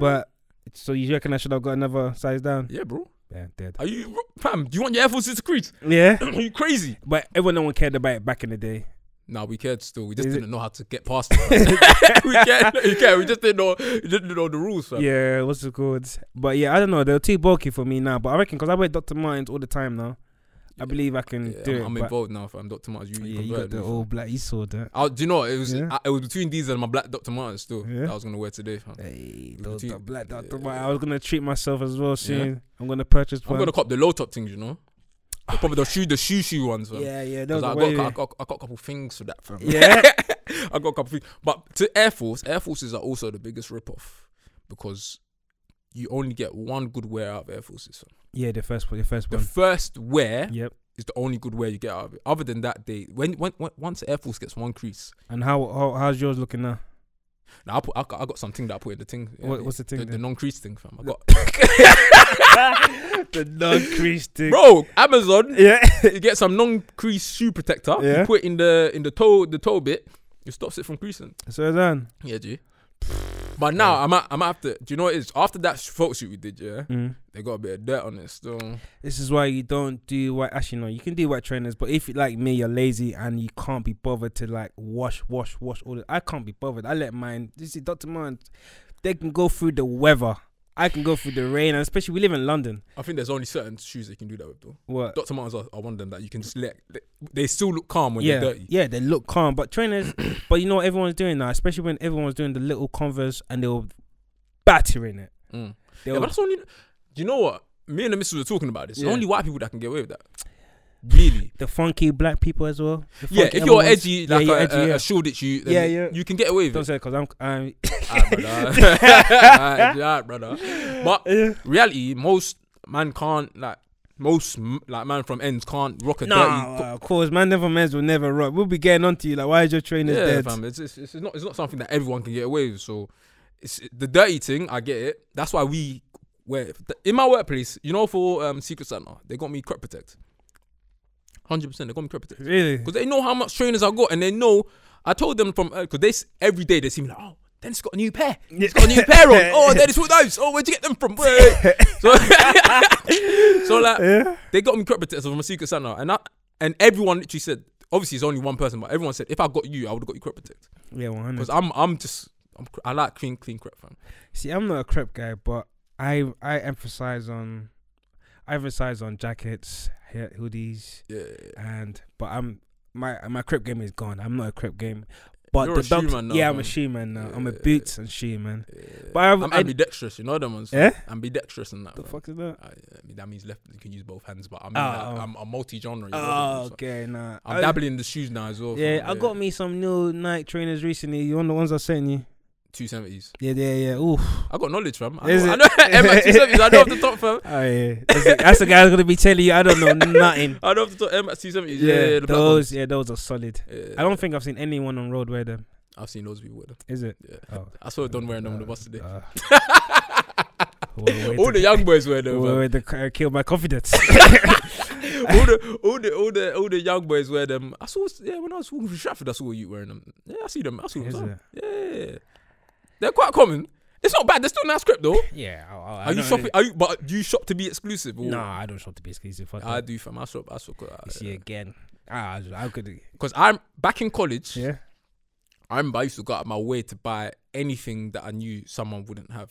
Speaker 3: But so you reckon I should have got another size down?
Speaker 2: yeah, bro.
Speaker 3: Yeah, dead.
Speaker 2: Are you, fam? Do you want your Air Forces to crease?
Speaker 3: Yeah,
Speaker 2: Are you crazy?
Speaker 3: but everyone, no one cared about it back in the day.
Speaker 2: No, we cared still. We just
Speaker 3: Is it-
Speaker 2: didn't know how to get past it. we cared. We cared. We just didn't know. We just didn't know the rules, fam.
Speaker 3: Yeah, what's it called? But yeah, I don't know. They're too bulky for me now. But I reckon because I wear Dr. Martens all the time now, I
Speaker 2: Yeah.
Speaker 3: believe I can
Speaker 2: Yeah,
Speaker 3: do
Speaker 2: I'm,
Speaker 3: it.
Speaker 2: I'm
Speaker 3: but-
Speaker 2: involved now, fam. Dr. Martens, you,
Speaker 3: yeah, you got
Speaker 2: converted
Speaker 3: the
Speaker 2: me, fam.
Speaker 3: old black. You saw that.
Speaker 2: I, do you know it was
Speaker 3: Yeah.
Speaker 2: I, it was between these and my black Dr. Martens still
Speaker 3: Yeah.
Speaker 2: that I was gonna wear today. Fam.
Speaker 3: Hey,
Speaker 2: Look at
Speaker 3: Dr.
Speaker 2: you.
Speaker 3: Black Dr.
Speaker 2: Yeah.
Speaker 3: Martens. I was gonna treat myself as well soon. I'm gonna purchase
Speaker 2: I'm
Speaker 3: one.
Speaker 2: gonna cop the low top things, you know. The- probably the shoe the shoe shoe ones. Fam.
Speaker 3: yeah, yeah, that
Speaker 2: 'Cause
Speaker 3: was
Speaker 2: I
Speaker 3: the
Speaker 2: got,
Speaker 3: way.
Speaker 2: I, got, I got a couple things for that, fam.
Speaker 3: Yeah.
Speaker 2: I got a couple things. But to Air Force, Air Forces are also the biggest rip-off because you only get one good wear out of Air Forces. Fam.
Speaker 3: yeah, the first one, the first
Speaker 2: The
Speaker 3: one.
Speaker 2: first wear
Speaker 3: Yep.
Speaker 2: is the only good wear you get out of it. Other than that, they when, when, when once Air Force gets one crease,
Speaker 3: And how, how how's yours looking now?
Speaker 2: now I, put, I, got, I got something that I put in the thing. yeah,
Speaker 3: What- what's the thing
Speaker 2: The,
Speaker 3: then?
Speaker 2: non-crease thing, fam. I got
Speaker 3: the non-crease thing.
Speaker 2: bro amazon
Speaker 3: Yeah.
Speaker 2: you get some non-crease shoe protector
Speaker 3: Yeah.
Speaker 2: you put in the in the toe the toe bit it stops it from creasing
Speaker 3: So then.
Speaker 2: yeah g but now i'm at, i'm after do you know what it is after that sh- photo shoot we did yeah
Speaker 3: Mm.
Speaker 2: they got a bit of dirt on it still
Speaker 3: This is why you don't do white. Actually, no, you can do white trainers, but if you like me, you're lazy and you can't be bothered to like wash, wash, wash all. The, I can't be bothered. I let mine. This is Doctor Man. They can go through the weather. I can go through the rain, and especially we live in London.
Speaker 2: i think there's only certain shoes they can do that with though
Speaker 3: What?
Speaker 2: dr martens are, are one of them that you can just let they, they still look calm when
Speaker 3: yeah,
Speaker 2: they're dirty
Speaker 3: yeah, they look calm, but trainers. but you know what everyone's doing now, especially when everyone's doing the little Converse and they were battering it.
Speaker 2: Mm.
Speaker 3: They
Speaker 2: yeah, but
Speaker 3: were,
Speaker 2: that's only do you know what me and the missus were talking about this It's
Speaker 3: Yeah.
Speaker 2: only white people that can get away with that really
Speaker 3: the funky black people as well. the
Speaker 2: yeah,
Speaker 3: funky
Speaker 2: if you're
Speaker 3: everyone's-
Speaker 2: edgy,
Speaker 3: Yeah,
Speaker 2: like
Speaker 3: you're
Speaker 2: a,
Speaker 3: edgy,
Speaker 2: a,
Speaker 3: yeah.
Speaker 2: a Shoreditch, you, then
Speaker 3: Yeah, yeah.
Speaker 2: you can get away with
Speaker 3: Don't
Speaker 2: it.
Speaker 3: say because I'm. I'm
Speaker 2: Alright, brother. Alright, alright, brother. But
Speaker 3: Yeah.
Speaker 2: reality, most man can't like most m- like man from ends can't rock a
Speaker 3: Nah,
Speaker 2: dirty.
Speaker 3: uh, of course, man. Never men's will never rock. We'll be getting onto you like, why is your trainer
Speaker 2: yeah,
Speaker 3: dead?
Speaker 2: fam. It's, it's, it's not it's not something that everyone can get away with. So it's the dirty thing. I get it. That's why we wear in my workplace. You know, for um, Secret Santa, they got me crop protect. Hundred percent, they got me crop protect.
Speaker 3: Really?
Speaker 2: because they know how much trainers I got, and they know. I told them from because they s- every day they see me like, oh, Dennis got a new pair, Dennis got a new pair on. Oh, Dennis, what those? Oh, where'd you get them from? Wait, wait, wait." so, so like
Speaker 3: Yeah.
Speaker 2: they got me crop protectors from a secret Santa, and I, and everyone literally said, obviously it's only one person, but everyone said if I got you, I would have got you crop protect
Speaker 3: Yeah, one
Speaker 2: because
Speaker 3: hundred.
Speaker 2: I'm I'm just. I'm, cr- I like clean, clean crap, fam.
Speaker 3: See, I'm not a crep guy, but I I emphasize on, I emphasize on jackets, he- hoodies,
Speaker 2: Yeah,
Speaker 3: and but I'm my my crep game is gone. I'm not a crep game. But
Speaker 2: You're
Speaker 3: the
Speaker 2: a shoe
Speaker 3: doc-
Speaker 2: man now,
Speaker 3: yeah, I'm a
Speaker 2: man.
Speaker 3: shoe man now. I'm a
Speaker 2: Yeah.
Speaker 3: boots and shoe man.
Speaker 2: yeah.
Speaker 3: But I,
Speaker 2: I'm
Speaker 3: I,
Speaker 2: ambidextrous, you know them ones.
Speaker 3: yeah,
Speaker 2: Ambidextrous and that.
Speaker 3: the
Speaker 2: fam.
Speaker 3: fuck is that?
Speaker 2: I, I mean, that means left. You can use both hands, but I mean,
Speaker 3: Oh.
Speaker 2: like, I'm, I'm multi-genre. you know what I mean?
Speaker 3: Oh,
Speaker 2: So-
Speaker 3: okay, nah.
Speaker 2: I'm
Speaker 3: I-
Speaker 2: dabbling in the shoes now as well.
Speaker 3: Yeah, I got me some new Nike trainers recently. You want the ones I sent you?
Speaker 2: two seventies.
Speaker 3: Yeah, yeah, yeah. Ooh,
Speaker 2: I got knowledge, fam. I
Speaker 3: Is
Speaker 2: know, I
Speaker 3: it?
Speaker 2: know M two seventies. I know off the top, fam.
Speaker 3: Oh yeah, that's the, that's the guy that's gonna be telling you I don't know nothing.
Speaker 2: I know off the top. M two seventies.
Speaker 3: Yeah,
Speaker 2: Yeah, yeah, the black ones.
Speaker 3: those yeah those are solid.
Speaker 2: Yeah,
Speaker 3: I don't think I've seen anyone on road wear them.
Speaker 2: I've seen those people with them.
Speaker 3: Is it?
Speaker 2: Yeah,
Speaker 3: Oh.
Speaker 2: I saw Don wearing them on the bus today.
Speaker 3: Uh,
Speaker 2: all the young boys wear them.
Speaker 3: Wait,
Speaker 2: fam.
Speaker 3: wait, the, uh, kill my confidence.
Speaker 2: all the all the all the all the young boys wear them. I saw yeah when I was walking through Stratford, I saw you wearing them. Yeah, I see them. I see
Speaker 3: Is
Speaker 2: them.
Speaker 3: it?
Speaker 2: Yeah, they're quite common. It's not bad. They're still nice crap though.
Speaker 3: yeah. I, I, I
Speaker 2: Are you
Speaker 3: don't
Speaker 2: shopping? Are you but do you shop to be exclusive? Or?
Speaker 3: Really, nah, I don't shop to be exclusive. Fuck
Speaker 2: I
Speaker 3: that.
Speaker 2: do, fam. I shop. I shop. uh,
Speaker 3: You see again. Ah, I, I could.
Speaker 2: Because I'm back in college.
Speaker 3: Yeah.
Speaker 2: I remember I used to go out of my way to buy anything that I knew someone wouldn't have.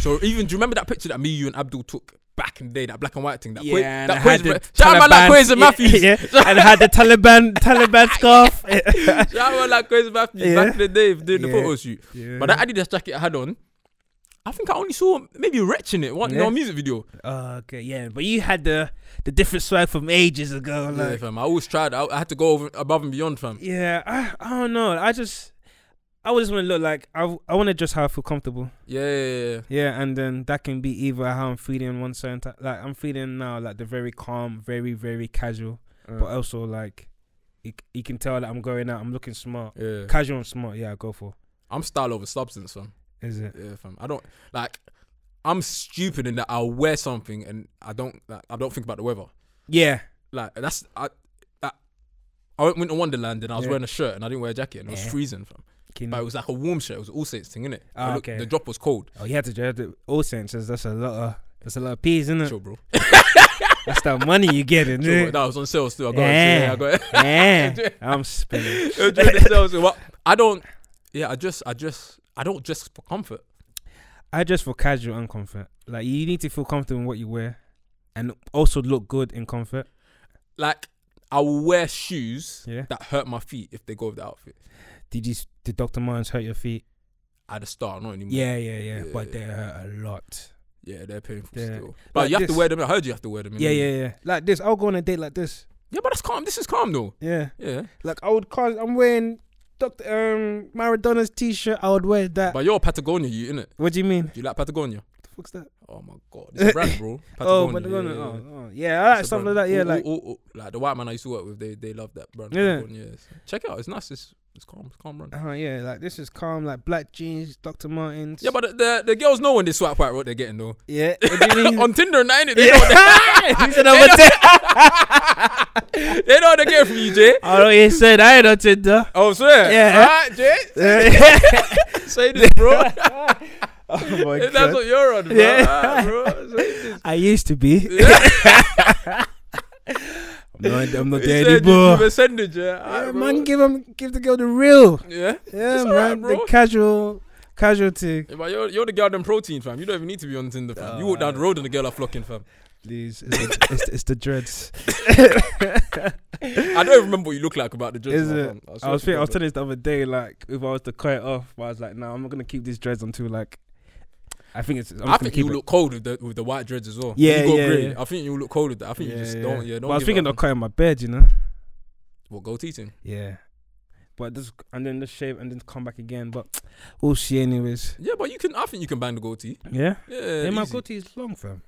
Speaker 2: So even do you remember that picture that me, you, and Abdul took back in the day? That black and white thing. That Quays-
Speaker 3: and I
Speaker 2: that
Speaker 3: had
Speaker 2: Quays,
Speaker 3: the
Speaker 2: shout out my like
Speaker 3: Taliban-
Speaker 2: Quays and
Speaker 3: yeah,
Speaker 2: Matthews.
Speaker 3: Yeah, and I had the Taliban Taliban scarf.
Speaker 2: shout out my like Quays and Matthews
Speaker 3: Yeah.
Speaker 2: back in the day doing the
Speaker 3: Yeah.
Speaker 2: photo shoot.
Speaker 3: yeah.
Speaker 2: But that Adidas jacket I had on, I think I only saw maybe Wretch in it one
Speaker 3: Yeah.
Speaker 2: in our music video.
Speaker 3: Oh, okay, yeah, but you had the the different swag from ages ago.
Speaker 2: yeah,
Speaker 3: Like,
Speaker 2: fam. I always tried. I, I had to go over, above and beyond, fam.
Speaker 3: yeah, I, I don't know. I just I always want to look like I, w- I want to dress how I feel comfortable.
Speaker 2: Yeah, yeah, yeah.
Speaker 3: Yeah, and then that can be either how I'm feeling one certain time. Like I'm feeling now like the very calm, very very casual,
Speaker 2: Uh,
Speaker 3: but also like you, c- you can tell that I'm going out. I'm looking smart,
Speaker 2: yeah.
Speaker 3: casual and smart. Yeah, I go for.
Speaker 2: I'm style over substance, fam.
Speaker 3: Is it?
Speaker 2: Yeah, fam. I don't like. I'm stupid in that I'll wear something and I don't like. I don't think about the weather.
Speaker 3: Yeah.
Speaker 2: Like that's I. I, I went, went to Wonderland and I was
Speaker 3: Yeah.
Speaker 2: wearing a shirt and I didn't wear a jacket and it was
Speaker 3: Yeah.
Speaker 2: freezing, fam.
Speaker 3: Can
Speaker 2: But it was like a warm shirt. It was an All Saints thing, innit?
Speaker 3: Ah,
Speaker 2: I
Speaker 3: okay.
Speaker 2: The drop was cold.
Speaker 3: oh, you had to dress all senses. That's a lot of That's a lot of peas, isn't it?
Speaker 2: Chill, bro.
Speaker 3: That's that money you get, isn't
Speaker 2: Chill, bro.
Speaker 3: it?
Speaker 2: That was on sale still. I got
Speaker 3: Yeah.
Speaker 2: it. Yeah, I got it.
Speaker 3: Yeah, I'm spinning.
Speaker 2: It was just on sale still. Well, I don't. Yeah, I just, I just, I don't just for comfort.
Speaker 3: I dress for casual and comfort. Like you need to feel comfortable in what you wear, and also look good in comfort.
Speaker 2: Like I will wear shoes
Speaker 3: Yeah.
Speaker 2: that hurt my feet if they go with the outfit.
Speaker 3: Did you? s- Did Dr. Martens hurt your feet?
Speaker 2: At the start, not anymore.
Speaker 3: Yeah, yeah, yeah. But they
Speaker 2: Yeah.
Speaker 3: hurt a lot.
Speaker 2: Yeah, they're painful
Speaker 3: Yeah.
Speaker 2: still. But
Speaker 3: Like
Speaker 2: you have
Speaker 3: this.
Speaker 2: to wear them. I heard you have to wear them. in
Speaker 3: Yeah,
Speaker 2: the-
Speaker 3: yeah, yeah. Like this, I'll go on a date like this.
Speaker 2: Yeah, but that's calm. This is calm though.
Speaker 3: Yeah.
Speaker 2: Yeah.
Speaker 3: Like I would cause I'm wearing Dr. Um Maradona's t-shirt. I would wear that.
Speaker 2: But you're Patagonia, you innit?
Speaker 3: what do you mean?
Speaker 2: Do you like Patagonia?
Speaker 3: What the fuck's that?
Speaker 2: Oh my god, it's a brand, bro.
Speaker 3: oh,
Speaker 2: Patagonia. yeah,
Speaker 3: but
Speaker 2: yeah, yeah.
Speaker 3: Oh, oh. yeah, I like
Speaker 2: It's a
Speaker 3: stuff like
Speaker 2: brand. Oh,
Speaker 3: that. Yeah,
Speaker 2: All-
Speaker 3: like
Speaker 2: all- all- like the white man I used to work with, they they love that brand.
Speaker 3: Yeah.
Speaker 2: Patagonia, Yeah. so Check it out. It's nice. It's it's calm. It's calm brand.
Speaker 3: uh, yeah, like this is calm. Like black jeans, Dr. Martens.
Speaker 2: Yeah, but the, the the girls know when they swipe right what they're getting though.
Speaker 3: yeah. What do you mean?
Speaker 2: On Tinder and that, innit? They know what
Speaker 3: He said I'm a ten.
Speaker 2: they, they know what they're getting from you, Jay.
Speaker 3: I know you said I ain't on Tinder.
Speaker 2: Oh, swear.
Speaker 3: Yeah.
Speaker 2: Alright, Jay. Say this, bro.
Speaker 3: oh my
Speaker 2: If that's
Speaker 3: god.
Speaker 2: what you're on, bro.
Speaker 3: Yeah.
Speaker 2: Alright, bro. Say this.
Speaker 3: I used to be. I'm not, I'm not
Speaker 2: He
Speaker 3: there
Speaker 2: said you-
Speaker 3: anymore.
Speaker 2: you ascended, yeah.
Speaker 3: Yeah,
Speaker 2: Alright, bro.
Speaker 3: man, give him, give the girl the real.
Speaker 2: Yeah.
Speaker 3: Yeah,
Speaker 2: It's
Speaker 3: man,
Speaker 2: alright,
Speaker 3: the
Speaker 2: bro.
Speaker 3: casual, casualty.
Speaker 2: Yeah, but you're, you're the girl them protein fam. You don't even need to be on Tinder fam. you walk down the road and the girl are flocking fam.
Speaker 3: Please, it's, the- it's, the- it's the dreads.
Speaker 2: I don't even remember what you look like about the dress.
Speaker 3: Is
Speaker 2: now,
Speaker 3: it?
Speaker 2: fam.
Speaker 3: I
Speaker 2: swear
Speaker 3: was
Speaker 2: to
Speaker 3: thinking, I was
Speaker 2: God,
Speaker 3: telling this the other day, like if I was to cut it off, but I was like, no, I'm not gonna keep these dreads until like, I think it's. I'm
Speaker 2: bro.
Speaker 3: just
Speaker 2: I
Speaker 3: gonna
Speaker 2: think
Speaker 3: keep
Speaker 2: you
Speaker 3: it.
Speaker 2: look cold with the with the white dreads as well.
Speaker 3: Yeah,
Speaker 2: you go
Speaker 3: yeah,
Speaker 2: grey.
Speaker 3: yeah.
Speaker 2: I think you look cold with that. I think you just don't. Yeah, don't.
Speaker 3: but I was
Speaker 2: give
Speaker 3: thinking
Speaker 2: up.
Speaker 3: of cutting my beard, you know.
Speaker 2: What gold teething?
Speaker 3: Yeah. But just and then just shave and then come back again. But we'll see, anyways.
Speaker 2: Yeah, but you can. I think you can bang the goatee.
Speaker 3: Yeah.
Speaker 2: Yeah,
Speaker 3: yeah, my
Speaker 2: easy.
Speaker 3: goatee is long, fam.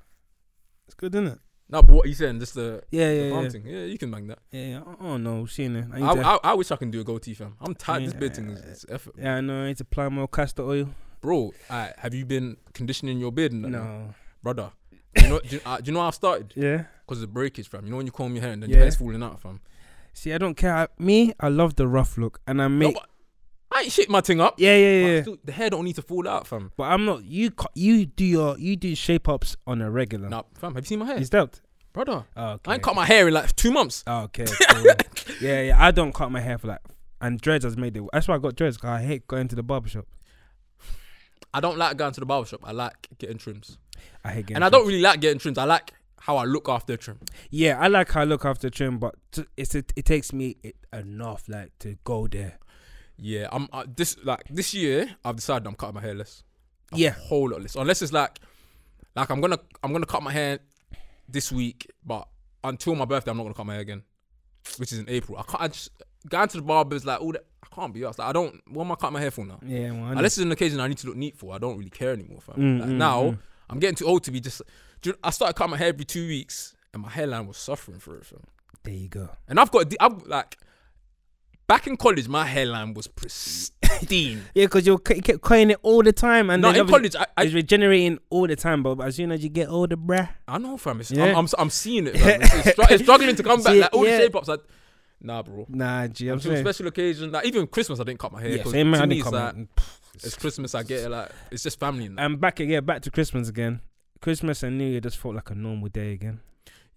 Speaker 3: It's good, isn't it?
Speaker 2: No, but what you saying? Just the,
Speaker 3: Yeah,
Speaker 2: the
Speaker 3: yeah,
Speaker 2: palm
Speaker 3: yeah.
Speaker 2: thing. Yeah, you can bang that.
Speaker 3: Yeah, yeah. Oh no, seeing it. I need
Speaker 2: I,
Speaker 3: to,
Speaker 2: I, I wish I can do a goatee fam. I'm tired. This
Speaker 3: Yeah.
Speaker 2: beard thing is it's effort,
Speaker 3: yeah, I know. I need to apply more castor oil.
Speaker 2: bro. alright, have you been conditioning your beard? and that, man?
Speaker 3: No.
Speaker 2: brother. Do you know? do, you, uh, do you know how I started?
Speaker 3: Yeah.
Speaker 2: Because of the breakage, fam. You know when you comb your hair and then
Speaker 3: Yeah.
Speaker 2: your hair's falling out, fam.
Speaker 3: See, I don't care. I, me, I love the rough look, and I
Speaker 2: No,
Speaker 3: make.
Speaker 2: but I ain't shit my thing up.
Speaker 3: yeah,
Speaker 2: But
Speaker 3: yeah,
Speaker 2: I
Speaker 3: yeah.
Speaker 2: still- the hair don't need to fall out, fam.
Speaker 3: But I'm not. You, co- you do your, you do shape ups on a regular.
Speaker 2: Nah, fam. Have you seen my hair,
Speaker 3: You stopped.
Speaker 2: brother?
Speaker 3: Oh, okay.
Speaker 2: I ain't cut my hair in like two months.
Speaker 3: Oh, okay. cool. yeah, yeah. I don't cut my hair for like. And dreads has made it. That's why I got dreads. 'cause I hate going to the barbershop.
Speaker 2: I don't like going to the barber shop. I like getting trims,
Speaker 3: I hate getting.
Speaker 2: and I don't really like getting trims. I like how I look after a trim.
Speaker 3: Yeah, I like how I look after trim, but t- it's it, it takes me it, enough like to go there.
Speaker 2: Yeah, I'm uh, this like this year. I've decided I'm cutting my hair less. A
Speaker 3: Yeah.
Speaker 2: whole lot less. Unless it's like, like I'm gonna I'm gonna cut my hair this week, but until my birthday, I'm not gonna cut my hair again, which is in April. I can't. I just going to the barber's like all that. I can't be asked. Like, I don't. What am I cutting my hair for now?
Speaker 3: Yeah, man.
Speaker 2: Unless it's an occasion I need to look neat for, I don't really care anymore. Fam.
Speaker 3: Mm,
Speaker 2: Like,
Speaker 3: mm,
Speaker 2: now
Speaker 3: mm.
Speaker 2: I'm getting too old to be just. Do you- I started cutting my hair every two weeks, and my hairline was suffering for it. Fam.
Speaker 3: there you go.
Speaker 2: And I've got, I've like, back in college, my hairline was pristine.
Speaker 3: Yeah, because you kept cutting it all the time, and
Speaker 2: no,
Speaker 3: then
Speaker 2: in
Speaker 3: obviously
Speaker 2: college, I, I,
Speaker 3: it's regenerating all the time. But as soon as you get older, bruh,
Speaker 2: I know, fam. It's,
Speaker 3: Yeah.
Speaker 2: I'm, I'm, I'm seeing it. Fam. It's, it's, str- it's struggling to come back.
Speaker 3: See,
Speaker 2: Like all
Speaker 3: yeah.
Speaker 2: the shape ups, like, nah, bro.
Speaker 3: nah, G, I'm
Speaker 2: Until
Speaker 3: saying.
Speaker 2: special occasions, like even Christmas, I didn't cut my hair.
Speaker 3: Yeah,
Speaker 2: 'cause
Speaker 3: same man.
Speaker 2: to
Speaker 3: I
Speaker 2: me,
Speaker 3: didn't
Speaker 2: it's,
Speaker 3: come
Speaker 2: like,
Speaker 3: out.
Speaker 2: it's Christmas. I get it. Like it's just family. And that.
Speaker 3: I'm back again, back to Christmas again. Christmas and New Year just felt like a normal day again.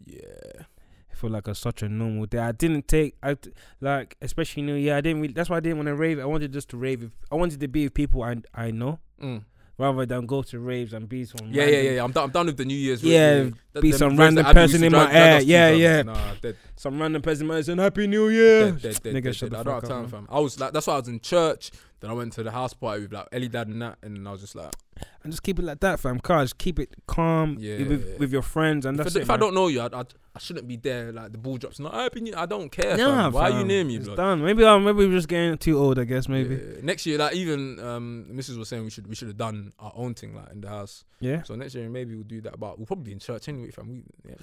Speaker 2: yeah,
Speaker 3: It felt like a such a normal day. I didn't take, I t- like, especially New Year. I didn't. Really, that's why I didn't want to rave. I wanted just to rave. With, I wanted to be with people I I know
Speaker 2: Mm.
Speaker 3: rather than go to raves and be some.
Speaker 2: yeah, yeah,
Speaker 3: random-
Speaker 2: yeah, yeah. I'm done. I'm done with the New Year's.
Speaker 3: Yeah,
Speaker 2: really. That-
Speaker 3: be
Speaker 2: them
Speaker 3: some
Speaker 2: friends
Speaker 3: random
Speaker 2: that Abby
Speaker 3: person
Speaker 2: used to
Speaker 3: in
Speaker 2: drag-
Speaker 3: my
Speaker 2: drag
Speaker 3: hair.
Speaker 2: us to,
Speaker 3: Yeah,
Speaker 2: fam.
Speaker 3: yeah.
Speaker 2: Nah, dead,
Speaker 3: Some random person might say Happy New Year.
Speaker 2: dead, dead, dead,
Speaker 3: Nigga,
Speaker 2: dead,
Speaker 3: shut
Speaker 2: dead.
Speaker 3: the
Speaker 2: I don't have
Speaker 3: fuck up,
Speaker 2: time,
Speaker 3: man.
Speaker 2: fam. I was like, that's why I was in church. Then I went to the house party with like Ellie Dad and that, and I was just like,
Speaker 3: And just keep it like that, fam. Cars, keep it calm
Speaker 2: Yeah,
Speaker 3: with,
Speaker 2: yeah.
Speaker 3: with your friends, and
Speaker 2: if, I,
Speaker 3: that's
Speaker 2: d-
Speaker 3: it.
Speaker 2: if I
Speaker 3: man.
Speaker 2: don't know you, I, I, I shouldn't be there. Like the ball drops. No, I, opinion, I don't care.
Speaker 3: Nah,
Speaker 2: fam. Why are you
Speaker 3: fam.
Speaker 2: near me,
Speaker 3: It's
Speaker 2: blood?
Speaker 3: done. Maybe I'm maybe we're just getting too old. I guess maybe.
Speaker 2: Yeah. Next year, like even um, Mrs. was saying, we should we should have done our own thing like in the house.
Speaker 3: Yeah.
Speaker 2: So next year maybe we'll do that, but we'll probably be in church anyway, fam. We, yeah,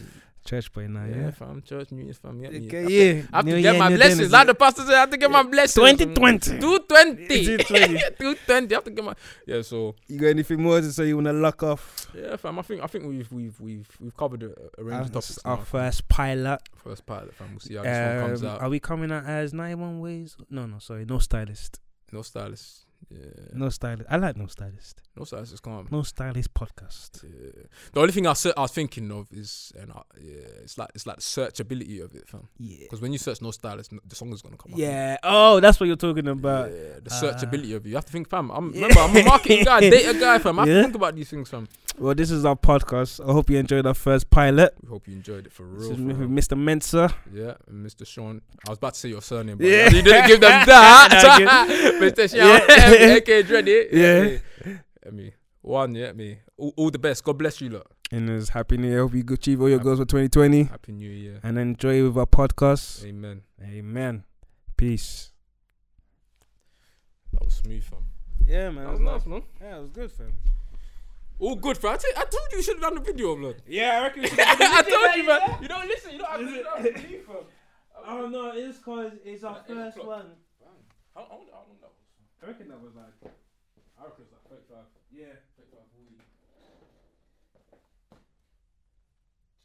Speaker 3: Church boy now.
Speaker 2: yeah,
Speaker 3: Ah, Yeah.
Speaker 2: fam. Church, New Year's, fam. Yeah,
Speaker 3: Okay,
Speaker 2: yeah.
Speaker 3: yeah.
Speaker 2: I have to
Speaker 3: New
Speaker 2: get
Speaker 3: year,
Speaker 2: my
Speaker 3: new
Speaker 2: blessings.
Speaker 3: dinners,
Speaker 2: Like the pastor said, I have to get my blessings.
Speaker 3: 2020.
Speaker 2: 220.
Speaker 3: Is it 20?
Speaker 2: 220. I have to get my. Yeah, so.
Speaker 3: yeah. You got anything more to say? You wanna lock off?
Speaker 2: Yeah, fam. I think I think we've we've we've we've covered a, a range
Speaker 3: Uh,
Speaker 2: of
Speaker 3: This
Speaker 2: topics.
Speaker 3: is our
Speaker 2: now.
Speaker 3: first pilot.
Speaker 2: First pilot, fam. We'll see how this one comes
Speaker 3: Um,
Speaker 2: out.
Speaker 3: are we coming out as 91 ways? No, no, sorry, no stylist.
Speaker 2: No stylist. Yeah.
Speaker 3: No stylist. I like no stylist.
Speaker 2: No size is calm.
Speaker 3: No stylist podcast.
Speaker 2: Yeah. The only thing I, se- I was thinking of is, and I, yeah, it's like it's like the searchability of it, fam.
Speaker 3: Yeah.
Speaker 2: Because when you search no stylist, n- the song is gonna come up.
Speaker 3: Yeah. Oh, that's what you're talking about.
Speaker 2: yeah, the
Speaker 3: uh,
Speaker 2: searchability of it. You have to think, fam. I'm remember I'm a marketing guy, data guy, fam. I have
Speaker 3: Yeah.
Speaker 2: to think about these things, fam.
Speaker 3: Well, this is our podcast. I hope you enjoyed our first pilot.
Speaker 2: We hope you enjoyed it for
Speaker 3: This
Speaker 2: real.
Speaker 3: is
Speaker 2: For
Speaker 3: with
Speaker 2: real.
Speaker 3: Mr. Mensa.
Speaker 2: Yeah, and Mr. Sean. I was about to say your surname, but
Speaker 3: Yeah.
Speaker 2: you didn't give them that. Mr. Sean,
Speaker 3: Yeah.
Speaker 2: okay, ready?
Speaker 3: Yeah.
Speaker 2: I mean, one, yeah, me. All, all the best. God bless you, lot.
Speaker 3: And it's happy new year. Hope you achieve all your goals for 2020
Speaker 2: Happy New Year.
Speaker 3: and enjoy with our podcast.
Speaker 2: Amen.
Speaker 3: Amen. Peace.
Speaker 2: That was smooth, fam.
Speaker 3: Yeah, man.
Speaker 2: That was nice, man.
Speaker 3: Yeah, it was good, fam.
Speaker 2: All good, fam. I, tell- I told you you should have done the video, blood.
Speaker 3: Yeah, I reckon.
Speaker 2: I told you, man. You don't listen. You don't have to you don't have to believe, fam.
Speaker 3: Oh no, it's because it's our
Speaker 2: Yeah, eight first o'clock.
Speaker 3: one.
Speaker 2: How how long how long that was?
Speaker 3: I reckon that was like,
Speaker 2: I reckon it's like 35,
Speaker 3: yeah.
Speaker 2: 35, 40.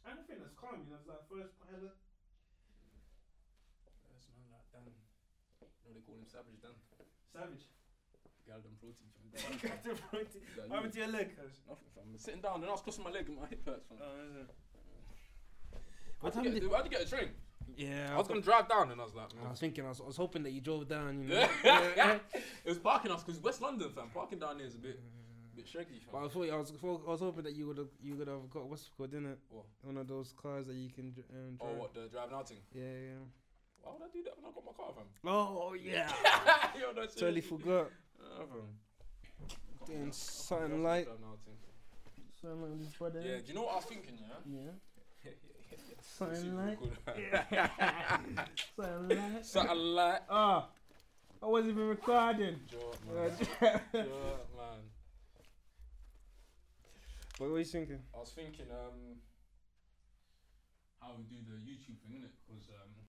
Speaker 3: I don't think that's calm. You know, it's like first pilot.
Speaker 2: That's man, like Dan. No, they call him Savage Dan.
Speaker 3: Savage.
Speaker 2: Gal done protein from
Speaker 3: What
Speaker 2: What happened
Speaker 3: to your leg?
Speaker 2: Nothing, fam. I'm sitting down and I was crossing my leg and my hip hurts, fam.
Speaker 3: What
Speaker 2: How'd you
Speaker 3: time
Speaker 2: get,
Speaker 3: did? Oh,
Speaker 2: how'd you get a drink?
Speaker 3: Yeah,
Speaker 2: I was gonna drive down and I was like, "Mm."
Speaker 3: I
Speaker 2: man.
Speaker 3: was thinking, I was, I was hoping that you drove down. You know,
Speaker 2: it was parking us because West London, fam. Parking down there is a bit, bit shaky,
Speaker 3: but I
Speaker 2: fam.
Speaker 3: was, hoping- I was, I was hoping that you would have, you would have got what's it called in it,
Speaker 2: What?
Speaker 3: one of those cars that you can dr- um,
Speaker 2: Oh,
Speaker 3: drive.
Speaker 2: what the driving out thing?
Speaker 3: Yeah, yeah.
Speaker 2: Why would I do that when I got my car, fam?
Speaker 3: Oh yeah.
Speaker 2: Yo, no, seriously.
Speaker 3: totally forgot.
Speaker 2: Ah, fam.
Speaker 3: Doing
Speaker 2: That's the
Speaker 3: something like,
Speaker 2: driving out thing.
Speaker 3: something like this, brother.
Speaker 2: Yeah, do you know what I was thinking? Yeah.
Speaker 3: Yeah.
Speaker 2: Super
Speaker 3: Something like,
Speaker 2: good.
Speaker 3: something like.
Speaker 2: Satellite.
Speaker 3: Ah, I wasn't even recording.
Speaker 2: Joe,
Speaker 3: Uh,
Speaker 2: man. Joe, man.
Speaker 3: what were you thinking?
Speaker 2: I was thinking um how we do the YouTube thing, innit? Because um